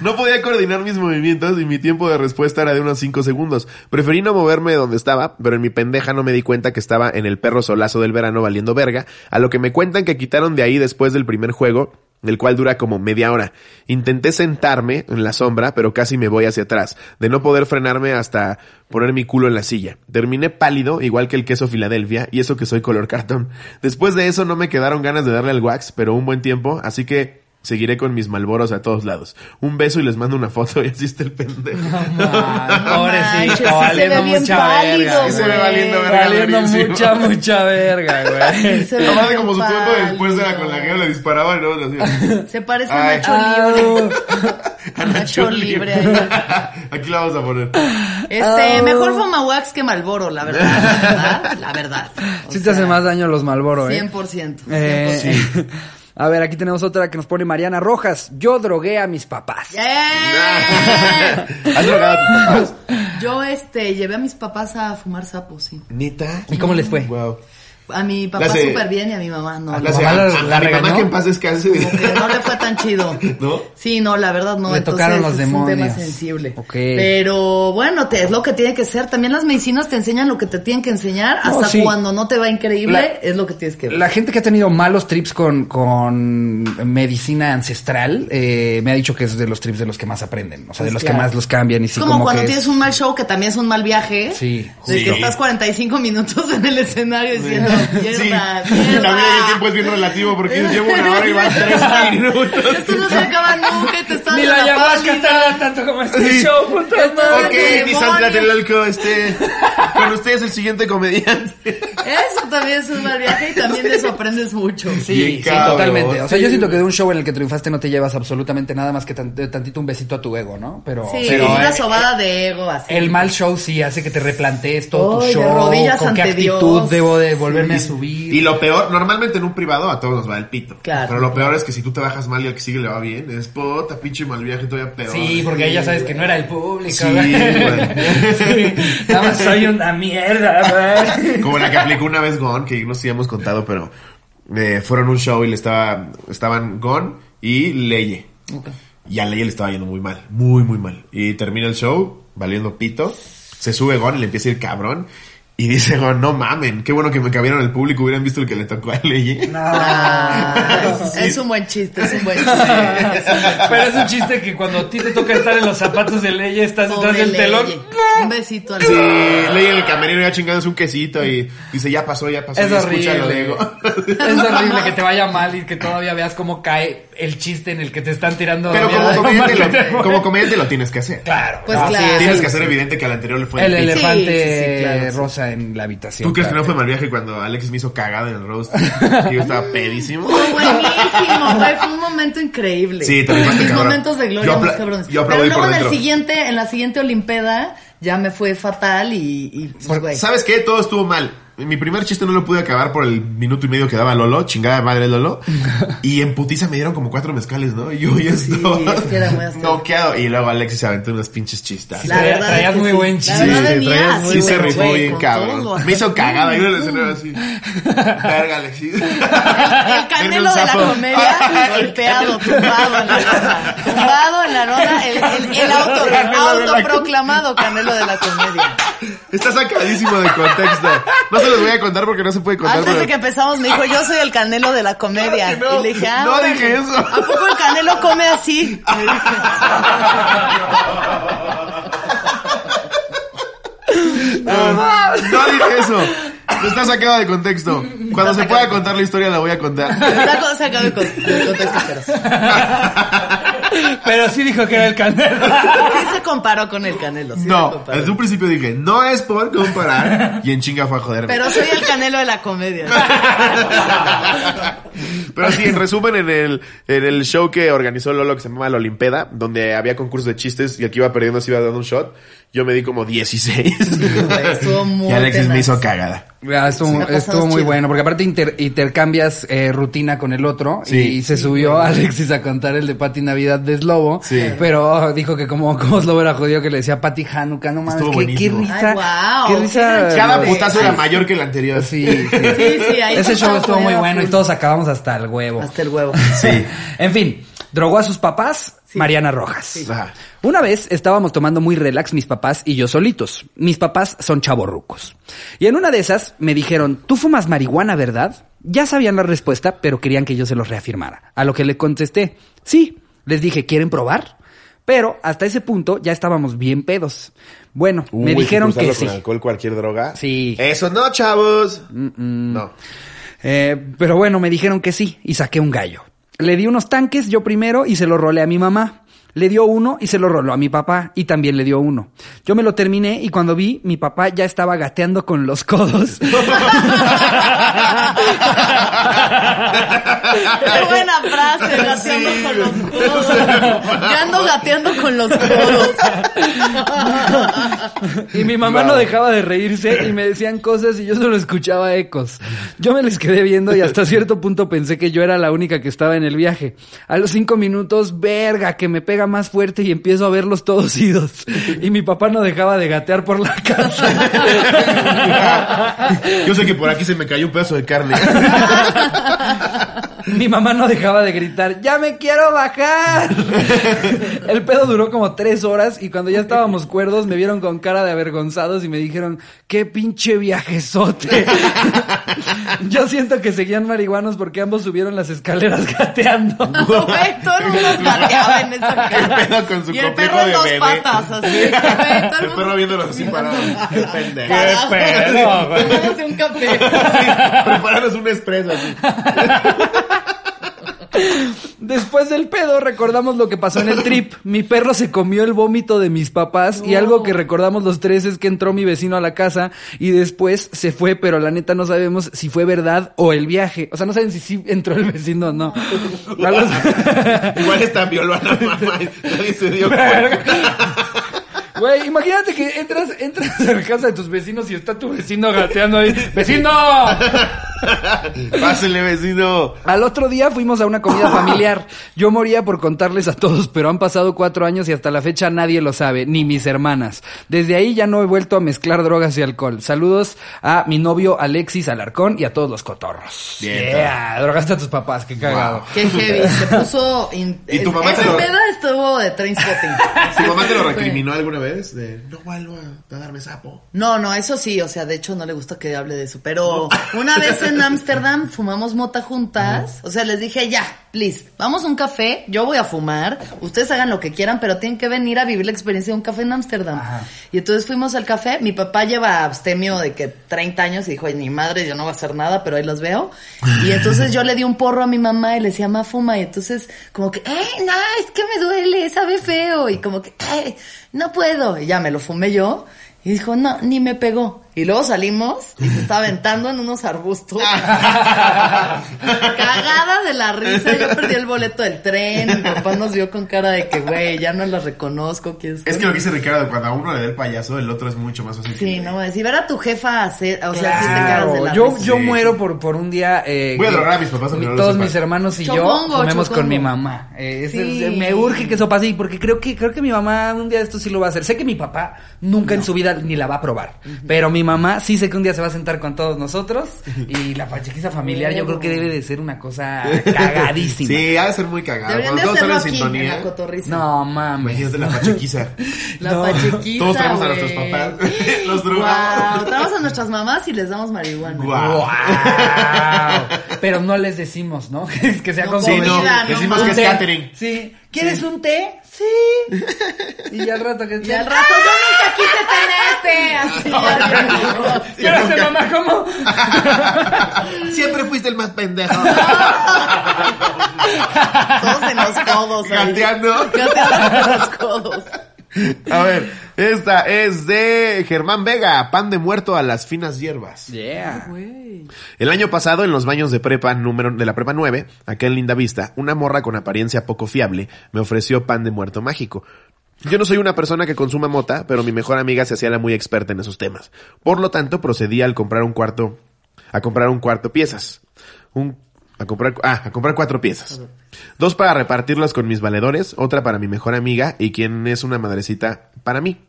Speaker 2: No podía coordinar mis movimientos y mi tiempo de respuesta era de unos 5 segundos. Preferí no moverme de donde estaba, pero en mi pendeja no me di cuenta que estaba en el perro solazo del verano valiendo verga, a lo que me cuentan que quitaron de ahí después del primer juego, el cual dura como media hora. Intenté sentarme en la sombra, pero casi me voy hacia atrás, de no poder frenarme hasta poner mi culo en la silla. Terminé pálido, igual que el queso Filadelfia, y eso que soy color cartón. Después de eso no me quedaron ganas de darle al wax, pero un buen tiempo, así que Seguiré con mis malboros a todos lados. Un beso y les mando una foto y así está el pendejo.
Speaker 1: Ay,
Speaker 3: manches, sí se
Speaker 1: Pobrecito,
Speaker 3: ve
Speaker 1: valiendo
Speaker 3: bien
Speaker 1: mucha
Speaker 3: pálido,
Speaker 1: verga.
Speaker 2: Sí se ve
Speaker 1: güey.
Speaker 2: valiendo verga,
Speaker 1: Valiendo
Speaker 2: durísimo.
Speaker 1: mucha, mucha verga, güey.
Speaker 3: Se ve
Speaker 2: Nomás de
Speaker 3: bien
Speaker 2: como su tiempo
Speaker 3: pálido.
Speaker 2: después de la con la que le disparaban y luego le hacían.
Speaker 3: Se parece
Speaker 2: Ay. Ah.
Speaker 3: a Nacho Libre.
Speaker 2: A
Speaker 3: Nacho Libre. ahí.
Speaker 2: Aquí la vamos a poner.
Speaker 3: Este,
Speaker 1: Au.
Speaker 3: mejor Fumawax que Malboro, la verdad. La verdad. La verdad. O
Speaker 1: Sí te hace
Speaker 3: sea,
Speaker 1: más daño los Malboro, ¿eh?
Speaker 3: 100%.
Speaker 1: Eh,
Speaker 3: 100%.
Speaker 1: A ver, aquí tenemos otra que nos pone Mariana Rojas. Yo drogué a mis papás.
Speaker 3: ¡Eh!
Speaker 2: ¿Has drogado a tus papás?
Speaker 3: Yo este llevé a mis papás a fumar sapos, sí.
Speaker 2: ¿Neta?
Speaker 1: ¿Y cómo les fue?
Speaker 2: Wow.
Speaker 3: A mi papá
Speaker 2: Las, eh,
Speaker 3: súper bien y a mi mamá no.
Speaker 2: A,
Speaker 1: ¿Tu mamá la- la
Speaker 2: mi mamá
Speaker 1: regañó?
Speaker 2: que en paz descanse.
Speaker 3: Como que no le fue tan chido.
Speaker 2: ¿No?
Speaker 3: Sí, no, la verdad no.
Speaker 1: Le
Speaker 3: Entonces,
Speaker 1: tocaron los
Speaker 3: Es un tema
Speaker 1: demonios.
Speaker 3: sensible.
Speaker 1: Ok.
Speaker 3: Pero bueno, te, es lo que tiene que ser. También las medicinas te enseñan lo que te tienen que enseñar.
Speaker 1: No,
Speaker 3: hasta
Speaker 1: sí.
Speaker 3: cuando no te va increíble,
Speaker 1: La-
Speaker 3: es lo que tienes que ver.
Speaker 1: La gente que ha tenido malos trips con, con medicina ancestral eh, me ha dicho que es de los trips de los que más aprenden, o sea, de
Speaker 3: Pues
Speaker 1: los
Speaker 3: claro.
Speaker 1: que más los cambian y
Speaker 3: es
Speaker 1: sí
Speaker 3: como,
Speaker 1: como
Speaker 3: cuando
Speaker 1: que
Speaker 3: tienes
Speaker 1: es-
Speaker 3: un mal show que también es un mal viaje.
Speaker 1: Sí,
Speaker 3: De que
Speaker 2: justo.
Speaker 3: estás 45 minutos en el escenario diciendo,
Speaker 2: Sí, la
Speaker 3: mierda,
Speaker 2: vida y el tiempo
Speaker 3: mierda.
Speaker 2: es bien relativo porque yo llevo una hora y van tres minutos.
Speaker 3: Esto no se acaba nunca y te estás
Speaker 1: Ni
Speaker 3: dando
Speaker 1: la ayahuasca
Speaker 3: pálida.
Speaker 1: tarda tanto como este
Speaker 2: Sí.
Speaker 1: show, puta
Speaker 3: Esto
Speaker 1: madre.
Speaker 3: es
Speaker 2: Ok,
Speaker 3: de
Speaker 2: mi
Speaker 3: demonio.
Speaker 2: San Tlatelolco, este. Con ustedes el siguiente comediante.
Speaker 3: Eso también es un mal viaje y también de eso aprendes mucho.
Speaker 2: Bien
Speaker 1: Sí, sí,
Speaker 2: cabrón,
Speaker 1: totalmente. O sea,
Speaker 2: sí,
Speaker 1: yo siento que
Speaker 2: güey.
Speaker 1: de un show en el que triunfaste no te llevas absolutamente nada más que tan- tantito un besito a tu ego, ¿no? Pero,
Speaker 3: Sí,
Speaker 1: pero,
Speaker 3: una
Speaker 1: eh,
Speaker 3: sobada de ego así.
Speaker 2: Eh,
Speaker 1: El mal show sí hace que te replantees todo
Speaker 3: Ay, de
Speaker 1: tu show.
Speaker 3: Oh, rodillas
Speaker 1: con qué
Speaker 3: ante
Speaker 1: actitud
Speaker 3: Dios.
Speaker 1: debo de volverme a subir.
Speaker 2: Y lo peor, normalmente en un privado a todos nos va el pito.
Speaker 3: Claro.
Speaker 2: Pero lo peor es que si tú te bajas mal y al que sigue le va bien, es puta pinche mal viaje todavía peor.
Speaker 1: Sí, porque ahí ya sabes que no era el público.
Speaker 2: Sí,
Speaker 1: güey.
Speaker 2: güey.
Speaker 1: Sí, Nada más soy una mierda, güey.
Speaker 2: Como la que aplicó una vez Gon, que no sé si hemos contado, pero eh, fueron a un show y le estaba, estaban Gon y Leye. Y a Leye le estaba yendo muy mal, muy, muy mal. Y termina el show, valiendo pito, se sube Gon y le empieza a ir cabrón. Y dice Gon, no mamen, qué bueno que me cabieron el público, hubieran visto el que le tocó a Leye.
Speaker 3: Ah,
Speaker 2: Sí.
Speaker 3: Es un buen chiste, es un buen chiste.
Speaker 1: Pero es un chiste que cuando a ti te toca estar en los zapatos de Ley, estás detrás
Speaker 3: Pobre
Speaker 1: del telón.
Speaker 3: Leye. Un besito al
Speaker 2: Sí, Leye en el camerino ya chingándose un quesito y dice, ya pasó, ya pasó.
Speaker 1: Es
Speaker 2: y escucha lo
Speaker 1: horrible.
Speaker 2: de Gon.
Speaker 1: Es horrible que te vaya mal y que todavía veas cómo cae el chiste en el que te están tirando.
Speaker 2: Pero como
Speaker 1: mierda.
Speaker 2: comediante,
Speaker 1: Mal que te
Speaker 2: lo,
Speaker 1: fue.
Speaker 2: como comediante lo tienes que hacer.
Speaker 1: Claro.
Speaker 3: Pues
Speaker 1: no, sí,
Speaker 3: claro.
Speaker 2: Tienes
Speaker 1: es
Speaker 2: que hacer evidente que al anterior le fue
Speaker 1: El
Speaker 2: el pito.
Speaker 1: elefante
Speaker 3: Sí, sí, sí, claro, sí.
Speaker 1: rosa en la habitación.
Speaker 2: ¿Tú crees que no
Speaker 1: claro.
Speaker 2: fue mal viaje cuando Alex me hizo cagada en el roast? Que yo estaba pedísimo.
Speaker 3: Fue buenísimo, güey. Fue un momento increíble.
Speaker 2: Sí, te rifaste,
Speaker 3: Mis
Speaker 2: cabrón.
Speaker 3: momentos de gloria,
Speaker 2: Yo apla-
Speaker 3: mis cabrones.
Speaker 2: yo
Speaker 3: Pero
Speaker 2: aplaudí
Speaker 3: luego
Speaker 2: por
Speaker 3: en el
Speaker 2: dentro.
Speaker 3: siguiente, en la siguiente Olimpeda, ya me fue fatal y, y pues, güey.
Speaker 2: ¿Sabes qué? Todo estuvo mal. Mi primer chiste no lo pude acabar por el minuto y medio que daba Lolo, chingada madre Lolo. Y en putiza me dieron como cuatro mezcales, ¿no? Y yo ya estaba
Speaker 3: es que era muy hasta-
Speaker 2: noqueado. Y luego Alexis se aventó unas pinches chistas.
Speaker 1: La- Traía- traías muy buen chiste.
Speaker 3: La verdad
Speaker 2: Sí,
Speaker 3: venía
Speaker 2: traías-
Speaker 3: así,
Speaker 2: sí se
Speaker 3: güey,
Speaker 2: rifó
Speaker 3: güey,
Speaker 2: bien
Speaker 3: con todo
Speaker 2: cabrón.
Speaker 3: lo-
Speaker 2: Me hizo cagada. Yo en el escenario así. Verga, Alexis. Ah,
Speaker 3: El canelo de la comedia golpeado, tumbado en la lona. Tumbado en la lona, el, el, el auto,
Speaker 2: El Canelo de la
Speaker 3: autoproclamado canelo de la comedia.
Speaker 2: Está sacadísimo de contexto. No se los voy a contar porque no se puede contar.
Speaker 3: Antes de
Speaker 2: pero-
Speaker 3: que empezamos me dijo, yo soy el canelo de la comedia.
Speaker 2: Claro que no.
Speaker 3: y le dije, ah,
Speaker 2: No
Speaker 3: órale.
Speaker 2: dije eso.
Speaker 3: ¿A poco el canelo come así? Me dije,
Speaker 2: No, no dije eso. Está sacado de contexto. Cuando se pueda contar la historia la voy a contar.
Speaker 3: La cosa acaba de con- de contexto, pero sí.
Speaker 1: Pero sí dijo que era el candelo.
Speaker 3: Sí se comparó con el canelo. sí se
Speaker 2: No,
Speaker 3: comparó.
Speaker 2: desde un principio dije, no es por comparar. Y en chinga fue a joderme.
Speaker 3: Pero soy el canelo de la comedia.
Speaker 2: Pero sí, en resumen, en el, en el show que organizó Lolo, que se llamaba La Olimpeda, donde había concurso de chistes y el que iba perdiendo se iba dando un shot, yo me di como 16.
Speaker 3: Estuvo muy
Speaker 2: y Alexis me
Speaker 3: tenaz.
Speaker 2: hizo cagada.
Speaker 1: Ah, estuvo
Speaker 3: la pasamos
Speaker 1: estuvo muy
Speaker 3: chido.
Speaker 1: bueno, porque aparte inter- intercambias eh, rutina con el otro
Speaker 2: Sí.
Speaker 1: y se subió Alexis a contar el de Pati Navidad de Slobo,
Speaker 2: Sí.
Speaker 1: pero dijo que como, como Slobo era judío que le decía Pati Hanukkah, no mames,
Speaker 2: Estuvo
Speaker 1: qué, qué
Speaker 2: buenísimo.
Speaker 1: risa,
Speaker 3: Ay, guau,
Speaker 1: qué
Speaker 3: qué
Speaker 1: risa.
Speaker 3: gran
Speaker 2: Cada
Speaker 3: Ay,
Speaker 2: putazo era
Speaker 3: sí.
Speaker 2: mayor que el anterior.
Speaker 1: Sí, sí.
Speaker 3: Sí, sí, ahí
Speaker 1: Ese show
Speaker 3: estaba
Speaker 1: estuvo muy
Speaker 3: fuera,
Speaker 1: bueno y
Speaker 3: full.
Speaker 1: todos acabamos hasta el huevo.
Speaker 3: Hasta el huevo.
Speaker 2: Sí.
Speaker 1: En fin, drogó a sus papás, Mariana Rojas.
Speaker 2: Ajá.
Speaker 1: Una vez estábamos tomando muy relax mis papás y yo solitos. Mis papás son chavorrucos. Y en una de esas me dijeron, ¿tú fumas marihuana, verdad? Ya sabían la respuesta, pero querían que yo se los reafirmara. A lo que le contesté, sí. Les dije, ¿quieren probar? Pero hasta ese punto ya estábamos bien pedos. Bueno, me
Speaker 2: Uy,
Speaker 1: dijeron que
Speaker 2: cruzarlo
Speaker 1: sí.
Speaker 2: Con alcohol, cualquier droga.
Speaker 1: Sí.
Speaker 2: Eso no, chavos. No.
Speaker 1: Eh, pero bueno, me dijeron que sí y saqué un gallo. Le di unos tanques yo primero y se lo rolé a mi mamá. Le dio uno y se lo roló a mi papá y también le dio uno. Yo me lo terminé y cuando vi, mi papá ya estaba gateando con los codos.
Speaker 3: Qué buena frase, gateando
Speaker 2: Sí.
Speaker 3: con los codos. Ya ando gateando con los codos.
Speaker 1: Y mi mamá
Speaker 2: Wow.
Speaker 1: no dejaba de reírse y me decían cosas y yo solo escuchaba ecos. Yo me les quedé viendo y hasta cierto punto pensé que yo era la única que estaba en el viaje. A los cinco minutos, verga, que me pega más fuerte y empiezo a verlos todos idos. Y mi papá no dejaba de gatear por la casa.
Speaker 2: Yo sé que por aquí se me cayó un pedazo de carne.
Speaker 1: Mi mamá no dejaba de gritar, ya me quiero bajar. El pedo duró como tres horas y cuando ya estábamos cuerdos me vieron con cara de avergonzados y me dijeron, qué pinche viajezote. Yo siento que seguían marihuanos porque ambos subieron las escaleras gateando.
Speaker 3: Güey, todo el mundo gateaba en esa casa.
Speaker 2: El pedo con su
Speaker 3: y el
Speaker 2: complejo
Speaker 3: perro en
Speaker 2: de
Speaker 3: dos
Speaker 2: bebé.
Speaker 3: patas, así. Güey, todo
Speaker 2: El perro viéndolos así parados. Qué pendejo.
Speaker 3: Parados,
Speaker 4: pedo, güey.
Speaker 3: tomándose un café.
Speaker 2: Sí, Prepararnos un expreso así.
Speaker 1: Después del pedo recordamos lo que pasó en el trip. Mi perro se comió el vómito de mis papás y algo que recordamos los tres es que entró mi vecino a la casa y después se fue, pero la neta no sabemos si fue verdad o el viaje. O sea, no saben si sí entró el vecino o no. A los-
Speaker 2: Igual está violó a la mamá. y Nadie se dio cuenta.
Speaker 1: Güey, imagínate que entras, entras a la casa de tus vecinos y está tu vecino gateando ahí. ¡Vecino!
Speaker 2: Pásele, vecino.
Speaker 1: Al otro día fuimos a una comida familiar. Yo moría por contarles a todos, pero han pasado cuatro años y hasta la fecha nadie lo sabe, ni mis hermanas. Desde ahí ya no he vuelto a mezclar drogas y alcohol. Saludos a mi novio Alexis Alarcón y a todos los cotorros.
Speaker 2: Bien.
Speaker 1: Yeah, drogaste a tus papás, qué cagado.
Speaker 3: Qué heavy, se puso... in-
Speaker 2: ¿Y tu mamá
Speaker 3: Ese
Speaker 2: te lo-
Speaker 3: pedo estuvo de Trainspotting.
Speaker 2: ¿Tu mamá te lo recriminó alguna vez? De, no vuelvo a a darme sapo.
Speaker 3: No, no, eso sí, o sea, de hecho no le gusta que hable de eso, pero una vez en Ámsterdam fumamos mota juntas, o sea, les dije, ya, please, vamos a un café, yo voy a fumar, ustedes hagan lo que quieran, pero tienen que venir a vivir la experiencia de un café en Ámsterdam. Y entonces fuimos al café, mi papá lleva abstemio de que 30 años y dijo, "Ay, ni madre, yo no voy a hacer nada, pero ahí los veo. Y entonces yo le di un porro a mi mamá y le decía, ma, fuma, y entonces como que, eh, no, es que me duele, sabe feo, y como que, eh, no puedo, y ya me lo fumé yo. Y dijo, no, ni me pegó. Y luego salimos y se estaba aventando en unos arbustos. Cagada de la risa. Yo perdí el boleto del tren. Mi papá nos vio con cara de que, güey, ya no la reconozco. ¿quién soy?".
Speaker 2: Es que lo que dice Ricardo, cuando a uno le da el payaso, el otro es mucho más fácil.
Speaker 3: Sí,
Speaker 2: que-
Speaker 3: no mames. Y ver a tu jefa hacer. O sea, sí te cagas de
Speaker 1: Claro,
Speaker 3: la
Speaker 1: yo,
Speaker 3: risa.
Speaker 1: yo
Speaker 2: Sí.
Speaker 1: muero por, por un día. eh,
Speaker 2: Voy a
Speaker 1: que
Speaker 2: drogar a mis papás aunque
Speaker 1: mi-
Speaker 2: no lo
Speaker 1: Todos
Speaker 2: sepan.
Speaker 1: mis hermanos y yo
Speaker 3: Chocongo,
Speaker 1: comemos con
Speaker 3: chocongo.
Speaker 1: mi mamá. Eh, es-
Speaker 3: Sí.
Speaker 1: es- me urge que eso pase y porque creo que creo que mi mamá un día esto sí lo va a hacer. Sé que mi papá nunca en su vida ni la va a probar, pero mi mamá sí sé que un día se va a sentar con todos nosotros y la pachequiza familiar yo creo que debe de ser una cosa cagadísima.
Speaker 2: Sí, ha de ser muy cagado.
Speaker 3: Deberían de
Speaker 2: Cuando todos
Speaker 3: hacerlo
Speaker 2: están en
Speaker 3: aquí, en la
Speaker 2: sintonía.
Speaker 3: cotorriza.
Speaker 1: No mames.
Speaker 2: Imagínate la pachequiza.
Speaker 3: La
Speaker 1: No.
Speaker 3: pachequiza,
Speaker 2: Todos tenemos a
Speaker 3: güey.
Speaker 2: nuestros papás. Los drogamos.
Speaker 3: Guau, Traemos a nuestras mamás y les damos marihuana.
Speaker 2: Guau.
Speaker 1: Wow. Pero no les decimos, ¿no? Es que sea
Speaker 3: No
Speaker 1: con
Speaker 2: Sí, no.
Speaker 3: Comida, no
Speaker 2: Decimos que
Speaker 1: Un
Speaker 2: es
Speaker 1: té.
Speaker 2: catering.
Speaker 1: Sí. ¿Quieres un té? Sí. Y al rato que
Speaker 3: Y al rato yo nunca quise tenerte. Así. ya,
Speaker 1: ¡Ah! Espérate,
Speaker 2: nunca-
Speaker 1: mamá, ¿cómo?
Speaker 2: Siempre fuiste el más pendejo.
Speaker 3: Todos en los codos. ahí.
Speaker 2: Gateando.
Speaker 3: Gateando en los codos.
Speaker 2: A ver, esta es de Germán Vega, pan de muerto a las finas hierbas.
Speaker 1: Yeah.
Speaker 2: El año pasado, en los baños de prepa número de la prepa 9, acá en Linda Vista, una morra con apariencia poco fiable me ofreció pan de muerto mágico. Yo no soy una persona que consuma mota, pero mi mejor amiga se hacía la muy experta en esos temas. Por lo tanto, procedí al comprar un cuarto, a comprar un cuarto piezas. Un, a comprar, ah, a comprar cuatro piezas. Dos para repartirlas con mis valedores, otra para mi mejor amiga y quien es una madrecita para mí.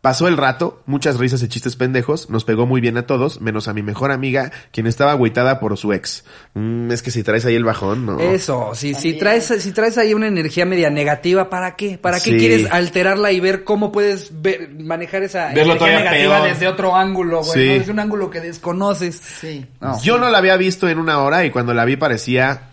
Speaker 2: Pasó el rato, muchas risas y chistes pendejos, nos pegó muy bien a todos, menos a mi mejor amiga, quien estaba agüitada por su ex. Mm, es que si traes ahí el bajón, no.
Speaker 1: Eso, si, si, traes, si traes ahí una energía media negativa, ¿para qué? ¿Para qué
Speaker 2: Sí.
Speaker 1: quieres alterarla y ver cómo puedes ver- manejar esa
Speaker 2: Verlo
Speaker 1: energía
Speaker 2: todavía
Speaker 1: negativa
Speaker 2: peor.
Speaker 1: desde otro ángulo, güey?
Speaker 2: Sí.
Speaker 1: ¿no? Desde un ángulo que desconoces.
Speaker 3: Sí.
Speaker 1: No.
Speaker 2: Yo no la había visto en una hora y cuando la vi parecía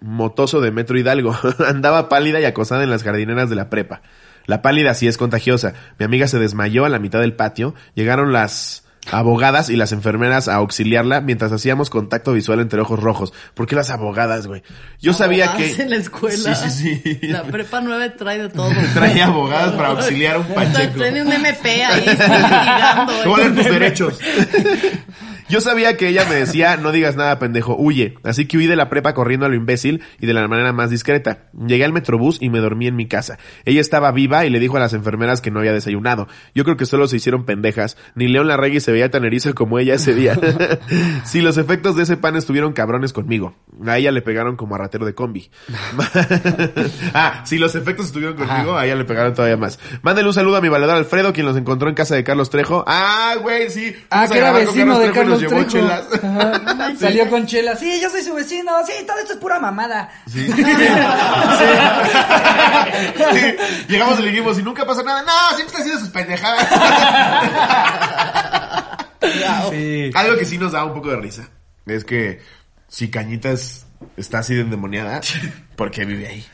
Speaker 2: motoso de Metro Hidalgo. Andaba pálida y acosada en las jardineras de la prepa. La pálida sí es contagiosa. Mi amiga se desmayó a la mitad del patio. Llegaron las abogadas y las enfermeras a auxiliarla mientras hacíamos contacto visual entre ojos rojos. ¿Por qué las abogadas, güey? Yo sabía
Speaker 3: Abogadas
Speaker 2: que...
Speaker 3: en la escuela.
Speaker 2: Sí, sí, sí.
Speaker 3: La prepa 9 trae de todo.
Speaker 2: Traía abogadas para auxiliar a un
Speaker 3: Trae-
Speaker 2: pacheco.
Speaker 3: Trae un MP ahí, está litigando. eh.
Speaker 2: ¿Cuáles tus derechos? Yo sabía que ella me decía, no digas nada, pendejo, huye. Así que huí de la prepa corriendo a lo imbécil y de la manera más discreta. Llegué al metrobús y me dormí en mi casa. Ella estaba viva y le dijo a las enfermeras que no había desayunado. Yo creo que solo se hicieron pendejas. Ni León Larregui se veía tan erizo como ella ese día. si los efectos de ese pan estuvieron cabrones conmigo. A ella le pegaron como a ratero de combi. ah, si los efectos estuvieron conmigo, a ella le pegaron todavía más. Mándale un saludo a mi valedor Alfredo, quien los encontró en casa de Carlos Trejo. Ah, güey, sí.
Speaker 1: Ah,
Speaker 2: Fuimos a
Speaker 1: que era
Speaker 2: grabar con
Speaker 1: vecino de
Speaker 2: Trejo
Speaker 1: Carlos
Speaker 2: y nos llevó
Speaker 1: Trejo.
Speaker 2: chelas.
Speaker 1: Ajá. Salió con chela. Sí, yo soy su vecino. Sí, todo esto es pura mamada.
Speaker 2: Sí. Llegamos y le dijimos, y nunca pasó nada. No, siempre está haciendo sus pendejadas.
Speaker 1: Sí.
Speaker 2: Algo que sí nos da un poco de risa es que si Cañitas está así de endemoniada, ¿por qué vive ahí?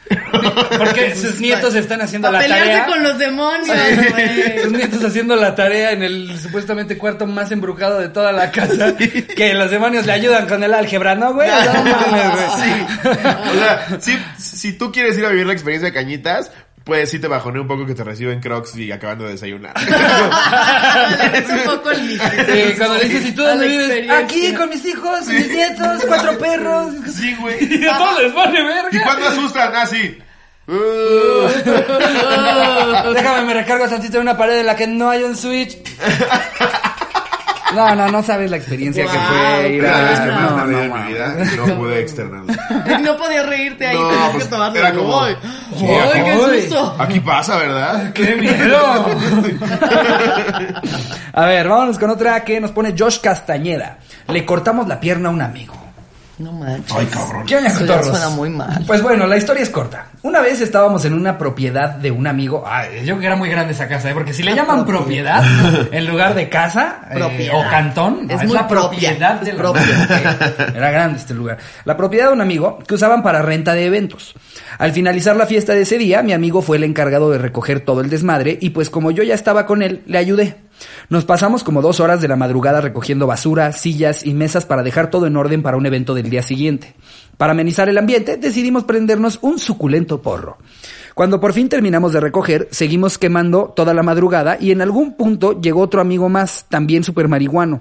Speaker 1: Porque sus nietos están haciendo
Speaker 3: Para
Speaker 1: la
Speaker 3: pelearse
Speaker 1: tarea.
Speaker 3: con los demonios, güey.
Speaker 1: Sus nietos haciendo la tarea en el supuestamente cuarto más embrucado de toda la casa. Que los demonios le ayudan con el álgebra, ¿no, güey? No mames, güey.
Speaker 2: Sí. O sea, sí, si tú quieres ir a vivir la experiencia de Cañitas, pues sí te bajonea un poco que te reciben Crocs y acabando de desayunar.
Speaker 3: Es un poco el misterio.
Speaker 1: Sí, cuando le dices, ¿y tú
Speaker 3: A la
Speaker 1: dónde vives?
Speaker 3: experiencia.
Speaker 1: Aquí, con mis hijos, mis nietos, cuatro perros.
Speaker 2: Sí, güey.
Speaker 4: Y a todos les vale
Speaker 2: ¿Y
Speaker 4: verga.
Speaker 2: cuándo asustan? Ah, sí. Uh.
Speaker 1: Déjame, me recargo tantito de una pared en la que no hay un switch. No, no, no sabes la experiencia que fue ir
Speaker 2: Era la vez
Speaker 1: a...
Speaker 2: que más
Speaker 1: Ah, No,
Speaker 2: tardé
Speaker 1: no,
Speaker 2: en mi
Speaker 1: mames.
Speaker 2: vida y no pude externarlo.
Speaker 3: No podías reírte ahí,
Speaker 2: No,
Speaker 3: tenías
Speaker 2: pues,
Speaker 3: que tomarte
Speaker 2: era como-
Speaker 3: ¡Ay,
Speaker 2: Sí,
Speaker 3: ay,
Speaker 2: era
Speaker 1: como-
Speaker 3: qué susto!
Speaker 2: Aquí pasa, ¿verdad?
Speaker 1: ¡Qué miedo! A ver, vámonos con otra que nos pone Josh Castañeda. Le cortamos la pierna a un amigo.
Speaker 3: No manches.
Speaker 2: Ay, cabrón.
Speaker 1: ¿Qué onda,
Speaker 3: Eso ya
Speaker 1: cotorros?
Speaker 3: suena muy mal.
Speaker 1: Pues bueno, la historia es corta. Una vez estábamos en una propiedad de un amigo. Ay, yo creo que era muy grande esa casa, ¿eh? porque si le llaman propiedad en lugar de casa eh,
Speaker 3: Propiedad.
Speaker 1: o cantón, no, Ah,
Speaker 3: Es
Speaker 1: es,
Speaker 3: muy
Speaker 1: la
Speaker 3: propia,
Speaker 1: propiedad
Speaker 3: es
Speaker 1: del
Speaker 3: propia.
Speaker 1: Ok, Era grande este lugar. La propiedad de un amigo que usaban para renta de eventos. Al finalizar la fiesta de ese día, mi amigo fue el encargado de recoger todo el desmadre y pues como yo ya estaba con él, le ayudé. Nos pasamos como dos horas de la madrugada recogiendo basura, sillas y mesas para dejar todo en orden para un evento del día siguiente. Para amenizar el ambiente, decidimos prendernos un suculento porro. Cuando por fin terminamos de recoger, seguimos quemando toda la madrugada y en algún punto llegó otro amigo más, también super marihuano.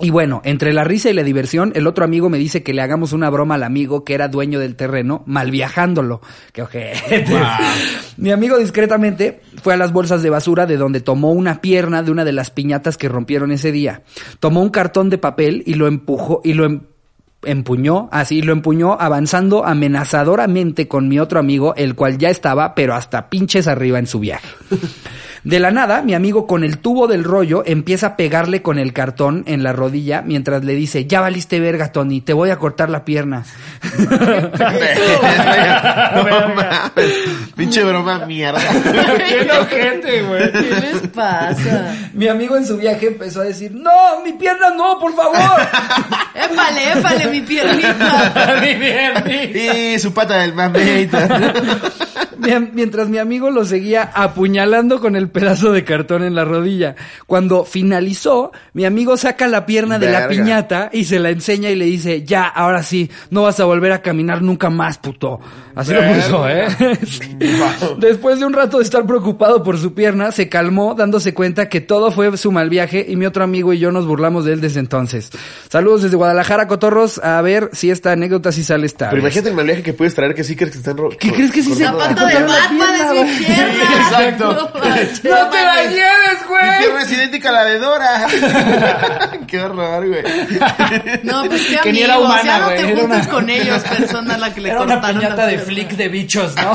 Speaker 1: Y bueno, entre la risa y la diversión, el otro amigo me dice que le hagamos una broma al amigo que era dueño del terreno, mal viajándolo. ¡Qué ojetes! Mi amigo discretamente fue a las bolsas de basura de donde tomó una pierna de una de las piñatas que rompieron ese día. Tomó un cartón de papel y lo empujó y lo em- empuñó, así lo empuñó avanzando amenazadoramente con mi otro amigo, el cual ya estaba, pero hasta pinches arriba en su viaje. De la nada, mi amigo con el tubo del rollo empieza a pegarle con el cartón en la rodilla mientras le dice, ya valiste verga, Tony, te voy a cortar la pierna.
Speaker 2: no mames. Pinche broma mierda.
Speaker 4: Qué gente, güey.
Speaker 3: ¿Qué les pasa?
Speaker 1: Mi amigo en su viaje empezó a decir, no, mi pierna no, por favor.
Speaker 3: ¡Épale, épale, mi piernita!
Speaker 4: Mi bien, mi.
Speaker 2: Y su pata del mamito.
Speaker 1: Mien- Mientras mi amigo lo seguía apuñalando con el pedazo de cartón en la rodilla. Cuando finalizó, mi amigo saca la pierna de la
Speaker 2: Verga.
Speaker 1: piñata y se la enseña y le dice, ya, ahora sí, no vas a volver a caminar nunca más, puto. Así lo puso, ¿eh? Sí. Después de un rato de estar preocupado por su pierna, se calmó dándose cuenta que todo fue su mal viaje y mi otro amigo y yo nos burlamos de él desde entonces. Saludos desde Guadalajara, Cotorros, a ver si esta anécdota sí sale esta
Speaker 2: Pero
Speaker 1: vez.
Speaker 2: imagínate el maleaje que puedes traer que sí crees que están robando.
Speaker 1: ¿Qué crees que sí se
Speaker 3: La pata
Speaker 1: te
Speaker 3: de
Speaker 1: cortaron la
Speaker 3: papa
Speaker 1: pierna,
Speaker 3: de
Speaker 1: güey?
Speaker 3: su pierna.
Speaker 2: Sí, exacto.
Speaker 3: No manches,
Speaker 1: ¡No te la
Speaker 3: mames.
Speaker 1: lleves,
Speaker 2: Mi
Speaker 1: güey!
Speaker 2: pierna es idéntica a la de Dora. Qué horror, güey.
Speaker 3: No, pues qué
Speaker 1: Que ni era
Speaker 3: amigos,
Speaker 1: humana,
Speaker 3: ya no
Speaker 1: güey,
Speaker 3: te
Speaker 1: era
Speaker 3: juntes
Speaker 1: una-
Speaker 3: con ellos, persona a la que le
Speaker 1: Era una
Speaker 3: cortaron la
Speaker 1: piñata de
Speaker 3: pierna.
Speaker 1: flick de bichos, ¿no?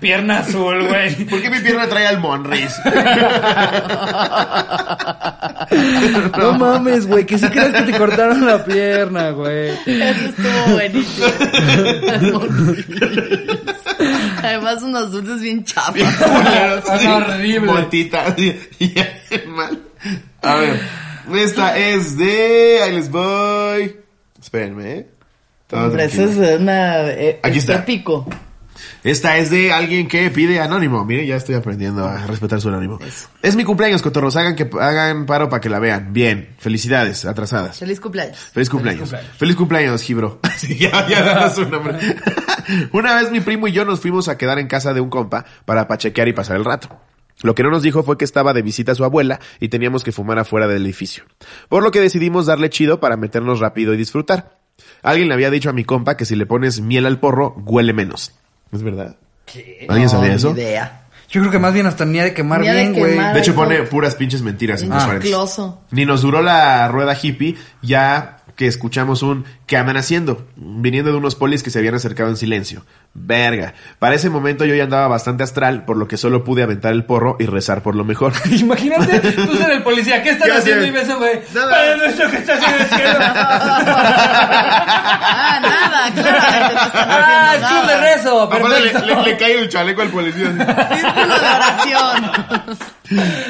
Speaker 4: Pierna azul, güey.
Speaker 2: ¿Por qué mi pierna trae al Monris?
Speaker 1: No mames, güey, que si crees que te cortaron la pierna, güey.
Speaker 3: Eso estuvo buenísimo. Además, unos dulces bien chafas.
Speaker 1: Son horribles.
Speaker 2: Botita. Y mal. A ver. Esta es de. Ahí les voy. Espérenme, eh. Todo
Speaker 3: Hombre, eso
Speaker 2: tranquilo.
Speaker 3: es una... eh,
Speaker 2: Aquí está.
Speaker 3: épico.
Speaker 2: Esta es de alguien que pide anónimo. Mire, ya estoy aprendiendo a respetar su anónimo. Es mi cumpleaños, cotorros. Hagan, que, hagan paro para que la vean. Bien. Felicidades, atrasadas.
Speaker 3: Feliz cumpleaños.
Speaker 2: Feliz cumpleaños. Feliz cumpleaños, Gibro. Sí, ya, ya dando su nombre. Una vez mi primo y yo nos fuimos a quedar en casa de un compa para pachequear y pasar el rato. Lo que no nos dijo fue que estaba de visita a su abuela y teníamos que fumar afuera del edificio. Por lo que decidimos darle chido para meternos rápido y disfrutar. Alguien le había dicho a mi compa que si le pones miel al porro, huele menos. ¿Es verdad? ¿Alguien
Speaker 3: No,
Speaker 2: sabía
Speaker 3: ni
Speaker 2: eso? De
Speaker 3: idea.
Speaker 1: Yo creo que más bien hasta ni ha de quemar
Speaker 3: Ni ha de
Speaker 1: bien, güey.
Speaker 3: quemar.
Speaker 2: hecho pone puras pinches mentiras en
Speaker 3: Ah.
Speaker 2: los paredes.
Speaker 3: Closo.
Speaker 2: Ni nos duró la rueda hippie ya que escuchamos un ¿qué andan haciendo? viniendo de unos polis que se habían acercado en silencio. Verga. Para ese momento yo ya andaba bastante astral, por lo que solo pude aventar el porro y rezar por lo mejor.
Speaker 4: Imagínate, tú ser el policía, ¿qué están
Speaker 2: Ya
Speaker 4: haciendo?
Speaker 2: sé.
Speaker 4: Y ves, güey,
Speaker 2: Nada.
Speaker 4: Padre nuestro que estás en el cielo.
Speaker 3: Ah, nada, claro. que no están
Speaker 4: Ah, el
Speaker 3: haciendo
Speaker 4: club de
Speaker 3: nada.
Speaker 4: rezo,
Speaker 2: Aparte le, le-
Speaker 4: perfecto.
Speaker 2: le cae el chaleco al policía.
Speaker 3: Círculo de oración.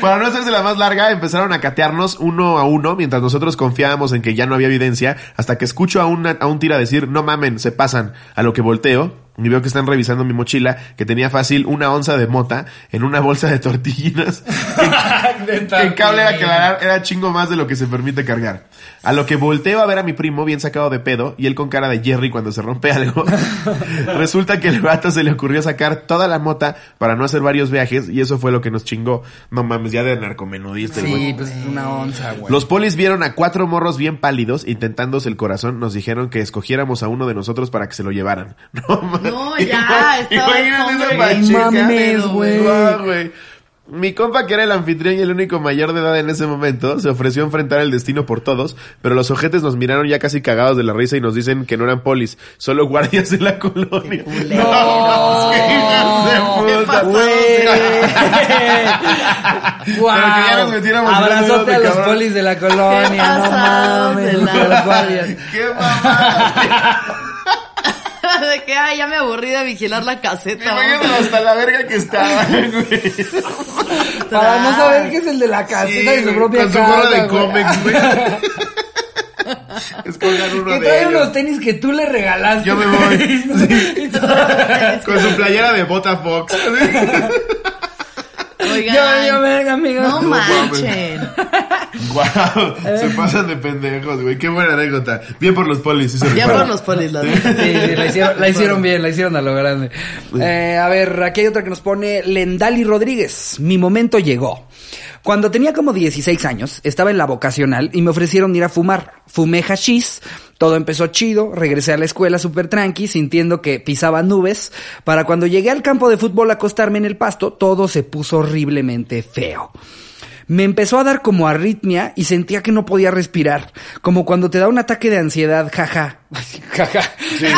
Speaker 2: Para no hacerse la más larga, empezaron a catearnos uno a uno mientras nosotros confiábamos en que ya no había evidencia, hasta que escucho a, una- a un tira decir, no mamen, se pasan, a lo que volteo y veo que están revisando mi mochila, que tenía fácil una onza de mota en una bolsa de tortillinas. Que cable aclarar era chingo más de lo que se permite cargar. A lo que volteo a ver a mi primo bien sacado de pedo y él con cara de Jerry cuando se rompe algo. Resulta que el vato se le ocurrió sacar toda la mota para no hacer varios viajes y eso fue lo que nos chingó. No mames, ya de narcomenudista. el
Speaker 1: Sí,
Speaker 2: güey.
Speaker 1: pues es una onza, güey.
Speaker 2: Los polis vieron a cuatro morros bien pálidos intentándose el corazón. Nos dijeron que escogiéramos a uno de nosotros para que se lo llevaran. No, mames.
Speaker 3: No, ya, estaba
Speaker 2: Imagínate
Speaker 3: el
Speaker 2: esa
Speaker 3: hombre.
Speaker 2: pacheca.
Speaker 1: Mames, güey.
Speaker 2: No, güey. Mi compa, que era el anfitrión y el único mayor de edad en ese momento, se ofreció a enfrentar el destino por todos, pero los ojetes nos miraron ya casi cagados de la risa y nos dicen que no eran polis, solo guardias de la colonia.
Speaker 3: culero.
Speaker 2: No, qué hijos de
Speaker 3: ¿Qué
Speaker 2: puta.
Speaker 3: pasó?
Speaker 1: Guau.
Speaker 2: Pero que ya nos metiéramos en
Speaker 1: Abrazote
Speaker 2: el
Speaker 1: a los
Speaker 2: cabrón.
Speaker 1: polis de la colonia, no
Speaker 3: pasados de
Speaker 1: mames. los
Speaker 3: lanza.
Speaker 1: guardias.
Speaker 2: ¡Qué mamada!
Speaker 3: De que, ay, ya me aburrí de vigilar la caseta. vamos
Speaker 2: Imagínate hasta la verga que estaba, güey.
Speaker 3: a-
Speaker 1: Para no saber que es el de la caseta y
Speaker 2: Sí,
Speaker 1: su propia
Speaker 2: Con su gorro
Speaker 1: casa,
Speaker 2: de
Speaker 1: güey.
Speaker 2: cómics, güey. es colgar uno
Speaker 1: Que
Speaker 2: de
Speaker 1: trae
Speaker 2: ellos.
Speaker 1: unos tenis que tú le regalaste.
Speaker 2: Yo me voy.
Speaker 1: Y todo-
Speaker 2: Con su playera de bota Fox.
Speaker 3: Oigan,
Speaker 1: Yo, yo, verga, amigo.
Speaker 3: no
Speaker 2: No mames.
Speaker 3: manchen.
Speaker 2: wow, se pasan de pendejos, güey. Qué buena anécdota. Bien por los polis, sí se
Speaker 3: Ya
Speaker 2: rifaron.
Speaker 3: por los polis, la verdad.
Speaker 1: Sí, sí, la hicieron, la hicieron bien, la hicieron a lo grande. Eh, a ver, aquí hay otra que nos pone Lendali Rodríguez. Mi momento llegó. Cuando tenía como 16 años, estaba en la vocacional y me ofrecieron ir a fumar. Fumé hashish, todo empezó chido, regresé a la escuela súper tranqui, sintiendo que pisaba nubes. Para cuando llegué al campo de fútbol a acostarme en el pasto, todo se puso horriblemente feo. Me empezó a dar como arritmia y sentía que no podía respirar, como cuando te da un ataque de ansiedad, jaja. jaja.
Speaker 2: Sí. Qué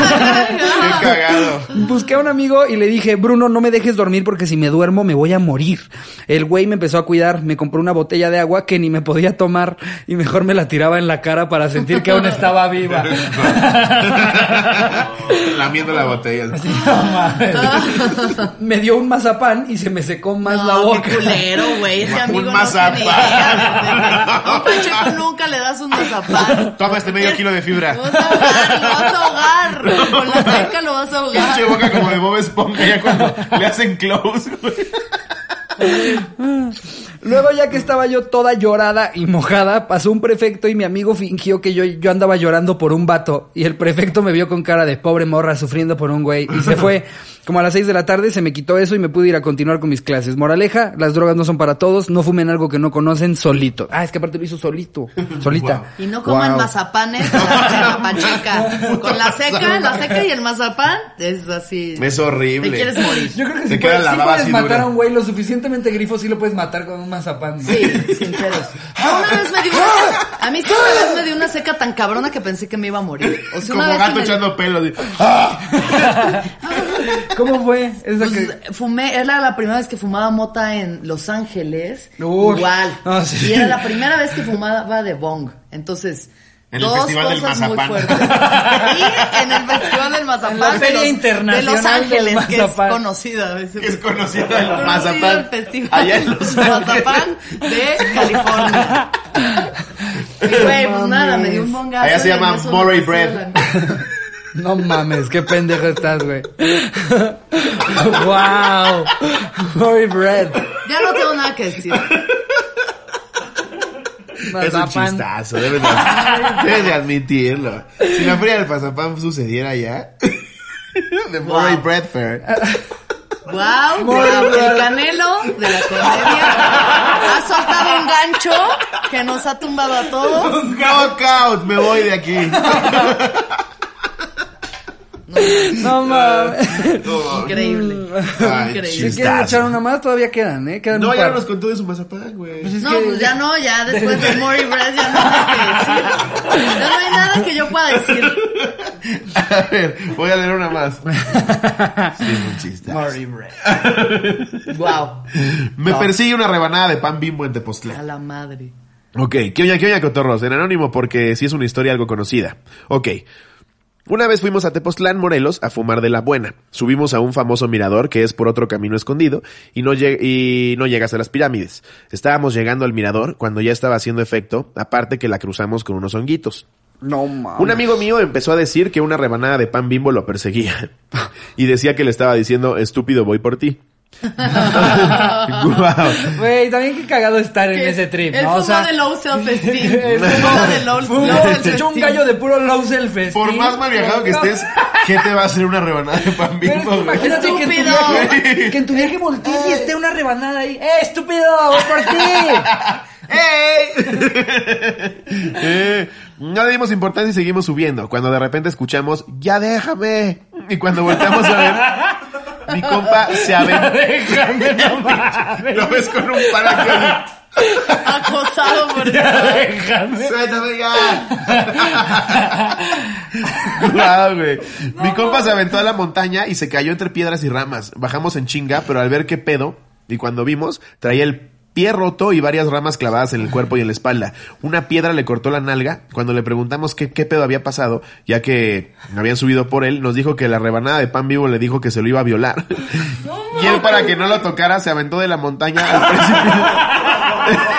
Speaker 2: cagado.
Speaker 1: Busqué a un amigo y le dije, Bruno, no me dejes dormir porque si me duermo me voy a morir. El güey me empezó a cuidar, me compró una botella de agua que ni me podía tomar y mejor me la tiraba en la cara para sentir que aún estaba viva.
Speaker 2: Lamiendo la botella.
Speaker 1: No mames. me dio un mazapán y se me secó más
Speaker 3: Ah. No,
Speaker 1: la boca.
Speaker 3: qué culero, güey. Ese
Speaker 2: Un
Speaker 3: amigo no
Speaker 2: mazapán.
Speaker 3: tiene idea. A un pacheco nunca le das un mazapán.
Speaker 2: Toma este medio kilo de fibra.
Speaker 3: Lo vas a ahogar, lo vas a ahogar. Con la cerca lo vas a
Speaker 2: Pinche
Speaker 3: ahogar.
Speaker 2: boca como de Bob Esponja ya cuando le hacen close, güey.
Speaker 1: Luego, ya que estaba yo toda llorada y mojada, pasó un prefecto y mi amigo fingió que yo, yo andaba llorando por un vato. Y el prefecto me vio con cara de pobre morra sufriendo por un güey y se fue. Como a las 6 de la tarde se me quitó eso y me pude ir a continuar con mis clases. Moraleja, las drogas no son para todos, no fumen algo que no conocen solito. Ah, es que aparte lo hizo solito, solita.
Speaker 3: Y no coman
Speaker 1: Wow.
Speaker 3: mazapanes en la pacheca. Con la seca, la seca y el mazapán es así.
Speaker 2: Es horrible.
Speaker 3: Te quieres morir.
Speaker 1: Yo creo que
Speaker 2: Te
Speaker 1: si
Speaker 2: queda
Speaker 1: puedes,
Speaker 2: la
Speaker 1: sí
Speaker 2: baba
Speaker 1: puedes
Speaker 2: así
Speaker 1: matar
Speaker 2: dura.
Speaker 1: a un güey lo suficientemente grifo, sí lo puedes matar con un mazapán. ¿no?
Speaker 3: Sí, sin pedos.
Speaker 1: Ah.
Speaker 3: A una vez me dio una seca. A mí sí una vez me dio una seca tan cabrona que pensé que me iba a morir. O sea, una
Speaker 2: Como
Speaker 3: vez sí
Speaker 2: gato
Speaker 3: me dio-
Speaker 2: echando pelo. así.
Speaker 1: ¿Cómo fue? Esa
Speaker 3: Pues,
Speaker 1: que-
Speaker 3: fumé, era la primera vez que fumaba mota en Los Ángeles.
Speaker 1: Uy.
Speaker 3: Igual.
Speaker 1: Ah, sí.
Speaker 3: Y era la primera vez que fumaba de bong. Entonces,
Speaker 2: En el
Speaker 3: dos
Speaker 2: Festival del
Speaker 3: cosas muy
Speaker 2: Mazapán.
Speaker 3: fuertes. Y en el Festival del Mazapán.
Speaker 1: En la
Speaker 3: de
Speaker 1: Feria
Speaker 3: los-
Speaker 1: Internacional
Speaker 3: De Los Ángeles,
Speaker 1: del
Speaker 3: que es
Speaker 1: Mazapán.
Speaker 3: conocida. Es,
Speaker 2: Es conocida el
Speaker 3: conocido el
Speaker 2: mazapán.
Speaker 3: Festival
Speaker 2: Allá en Los Ángeles.
Speaker 3: Mazapán de California. Y, Güey, pues nada, me dio un bongazo.
Speaker 2: Allá se
Speaker 3: y
Speaker 2: llama
Speaker 3: en eso me
Speaker 2: Murray
Speaker 3: puse
Speaker 2: Bread.
Speaker 3: la-
Speaker 1: No mames, qué pendejo estás, güey. wow. Muy bread.
Speaker 3: Ya no tengo nada que decir.
Speaker 1: Nos
Speaker 2: es un
Speaker 1: tapan.
Speaker 2: chistazo, debes de, debes de admitirlo. Si la feria del pasapam sucediera ya, de Murray
Speaker 3: Wow.
Speaker 2: Bradford.
Speaker 3: Wow,
Speaker 1: Muy
Speaker 3: el
Speaker 1: bueno.
Speaker 3: canelo de la comedia ha soltado un gancho que nos ha tumbado a todos.
Speaker 2: Knockout, me voy de aquí.
Speaker 1: No mames.
Speaker 2: No,
Speaker 3: Increíble.
Speaker 2: Ay,
Speaker 1: Si
Speaker 3: Increíble.
Speaker 2: chis-
Speaker 1: quieren
Speaker 2: Chistazo.
Speaker 1: echar una más, todavía quedan, ¿eh? Quedan
Speaker 2: no,
Speaker 1: un
Speaker 2: ya
Speaker 1: par.
Speaker 2: nos contó de su mazapán, güey.
Speaker 1: es
Speaker 3: No,
Speaker 1: que-
Speaker 3: pues ya no, ya después de Mori Brad ya no hay nada que decir. Ya no hay nada que yo pueda decir.
Speaker 2: A ver, voy a leer una más. Sí, es un chistazo.
Speaker 1: Murray bread.
Speaker 3: Wow,
Speaker 2: Me persigue una rebanada de pan bimbo en Tepoztlán.
Speaker 3: a la madre.
Speaker 2: Ok, ¿qué oña, qué oña, cotorros? En anónimo, porque sí es una historia algo conocida. Ok. Una vez fuimos a Tepoztlán, Morelos, a fumar de la buena. Subimos a un famoso mirador que es por otro camino escondido y no, lle- y no llegas a las pirámides. Estábamos llegando al mirador cuando ya estaba haciendo efecto, aparte que la cruzamos con unos honguitos.
Speaker 1: No mames.
Speaker 2: Un amigo mío empezó a decir que una rebanada de pan bimbo lo perseguía y decía que le estaba diciendo, estúpido, voy por ti. Guau.
Speaker 1: Güey, también qué cagado estar en ese trip,
Speaker 3: el
Speaker 1: ¿no?
Speaker 3: fumo de low self-esteem.
Speaker 1: el
Speaker 3: El fumo de low
Speaker 1: fumo-
Speaker 3: low
Speaker 1: se echó un gallo
Speaker 3: self-esteem.
Speaker 1: de puro low self
Speaker 2: Por más mal viajado que estés, ¿qué te va a hacer una rebanada de pan
Speaker 1: Pero es que
Speaker 2: bimbo? güey?
Speaker 1: imagínate que en, tu
Speaker 3: Estúpido.
Speaker 1: viaje, que en tu viaje voltees y esté una rebanada ahí. ¡Eh, estúpido! ¡Voy por ti!
Speaker 2: Eh, no le dimos importancia y seguimos subiendo. Cuando de repente escuchamos, ya déjame. Y cuando volteamos a ver, mi compa se aventó.
Speaker 1: Déjame, no mames.
Speaker 2: Lo ves con un paracaídas.
Speaker 3: Acosado por
Speaker 1: Déjame.
Speaker 2: Suéltame ya. Guau, güey. Mi compa se aventó a la montaña y se cayó entre piedras y ramas. Bajamos en chinga, pero al ver qué pedo, y cuando vimos, traía el pie roto y varias ramas clavadas en el cuerpo y en la espalda. Una piedra le cortó la nalga. Cuando le preguntamos qué, qué pedo había pasado, ya que habían subido por él, nos dijo que la rebanada de pan vivo le dijo que se lo iba a violar. y él, para que no lo tocara, se aventó de la montaña al precipicio.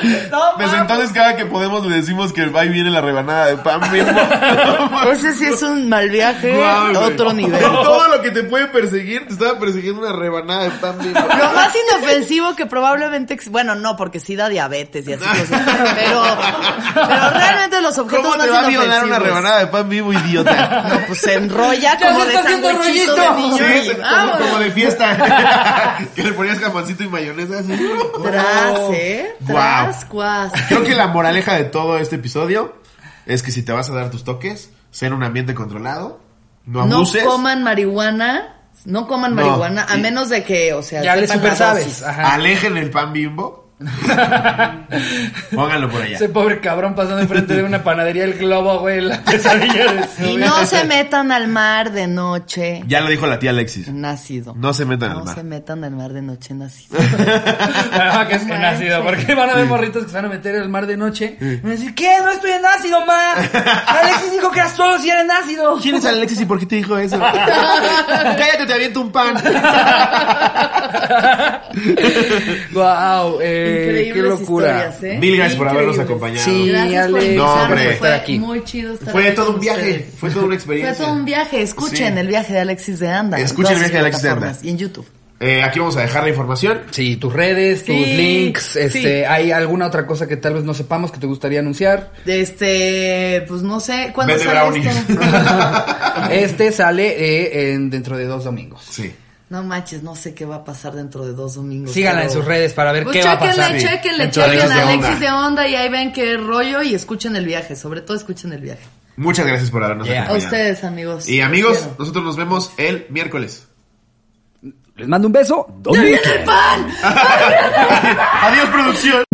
Speaker 1: No
Speaker 2: Desde
Speaker 1: mames.
Speaker 2: Pues entonces cada que podemos le decimos que va y viene la rebanada de pan bimbo.
Speaker 3: Ese sí es un mal viaje,
Speaker 2: Guau, güey.
Speaker 3: otro nivel.
Speaker 2: Todo lo que te puede perseguir, te estaba persiguiendo una rebanada de pan bimbo.
Speaker 3: Lo más inofensivo que probablemente, ex- bueno, no, porque sí da diabetes y así cosas, pero, pero realmente los objetos
Speaker 2: ¿Cómo
Speaker 3: más
Speaker 2: te va a violar
Speaker 3: inofensivos.
Speaker 2: una rebanada de pan bimbo, idiota?
Speaker 3: No, pues se
Speaker 1: Ya
Speaker 3: enrolla como
Speaker 1: se
Speaker 3: de
Speaker 1: está haciendo
Speaker 3: sandwichito de
Speaker 1: rollito.
Speaker 3: niño
Speaker 2: Sí,
Speaker 3: y
Speaker 2: es como,
Speaker 3: vámonos.
Speaker 2: como de fiesta. que le ponías jamoncito y mayonesa. así.
Speaker 3: Tras,
Speaker 1: Oh,
Speaker 3: ¿eh?
Speaker 2: Guau.
Speaker 3: Tras, cuas.
Speaker 2: Creo que la moraleja de todo este episodio es que si te vas a dar tus toques, sé en un ambiente controlado, no
Speaker 3: No
Speaker 2: abuses.
Speaker 3: coman marihuana, no coman
Speaker 2: No.
Speaker 3: marihuana, a
Speaker 2: Y-
Speaker 3: menos de que, o sea,
Speaker 1: Ya le
Speaker 3: sepan
Speaker 1: super
Speaker 3: la
Speaker 1: sabes.
Speaker 3: dosis.
Speaker 1: Ajá.
Speaker 2: Alejen el pan bimbo. Pónganlo por allá.
Speaker 1: Ese pobre cabrón pasando enfrente de una panadería el globo, güey. La pesadilla de su
Speaker 3: Y
Speaker 1: vida.
Speaker 3: no se metan al mar de noche
Speaker 2: Ya lo dijo la tía Alexis.
Speaker 3: nacido.
Speaker 2: No se metan al
Speaker 3: No
Speaker 2: mar.
Speaker 3: se metan al mar de noche nacido.
Speaker 1: Ah, que es en ácido, porque van a ver morritos que se van a meter al mar de noche. Y van a decir, ¿qué? No estoy en ácido, ma. Alexis dijo que era solo si era en ácido.
Speaker 2: ¿Quién es Alexis y por qué te dijo eso? Cállate, te aviento un pan.
Speaker 1: Wow,
Speaker 3: Increíbles
Speaker 1: eh, qué locura.
Speaker 3: historias, ¿eh?
Speaker 2: Eh, Mil gracias por habernos
Speaker 3: Increíbles.
Speaker 2: acompañado.
Speaker 1: Sí,
Speaker 3: Gracias por
Speaker 1: Ale.
Speaker 3: invitarnos,
Speaker 2: No, hombre.
Speaker 3: fue
Speaker 1: Estar aquí.
Speaker 3: muy chido estar
Speaker 2: Fue
Speaker 3: aquí
Speaker 2: todo
Speaker 3: con
Speaker 2: un viaje,
Speaker 3: ustedes.
Speaker 2: fue toda una
Speaker 3: Fue
Speaker 2: experiencia.
Speaker 3: todo un viaje. Escuchen
Speaker 2: Sí.
Speaker 3: el viaje de Alexis de Anda. en
Speaker 2: Escuchen
Speaker 3: todas
Speaker 2: el viaje
Speaker 3: sus
Speaker 2: de Alexis de Anda.
Speaker 3: plataformas Y en YouTube.
Speaker 2: Eh, aquí vamos a dejar la información.
Speaker 1: Sí, tus redes, tus
Speaker 3: Sí,
Speaker 1: links, este,
Speaker 3: sí.
Speaker 1: ¿hay alguna otra cosa que tal vez no sepamos que te gustaría anunciar?
Speaker 3: Este, pues no sé, ¿cuándo
Speaker 2: Vete
Speaker 3: sale
Speaker 2: brownies.
Speaker 3: esto?
Speaker 1: Este sale eh, en- dentro de dos domingos.
Speaker 2: Sí.
Speaker 3: No manches, no sé qué va a pasar dentro de dos domingos.
Speaker 1: Síganla en
Speaker 3: pero-
Speaker 1: sus redes para ver
Speaker 3: Pues
Speaker 1: qué va a pasar.
Speaker 3: Chéquenle, chéquenle,
Speaker 2: Entonces,
Speaker 3: chéquenle a
Speaker 2: Alexis de
Speaker 3: Alexis
Speaker 2: Onda.
Speaker 3: de Onda y ahí ven qué rollo y escuchen el viaje, sobre todo escuchen el viaje.
Speaker 2: Muchas gracias por habernos
Speaker 1: Yeah.
Speaker 3: A
Speaker 2: acompañado.
Speaker 3: ustedes, amigos.
Speaker 2: Y amigos,
Speaker 3: Los quiero.
Speaker 2: nosotros nos vemos el miércoles.
Speaker 1: Les mando un beso.
Speaker 3: ¡Ya viene el pan!
Speaker 2: Adiós, producción.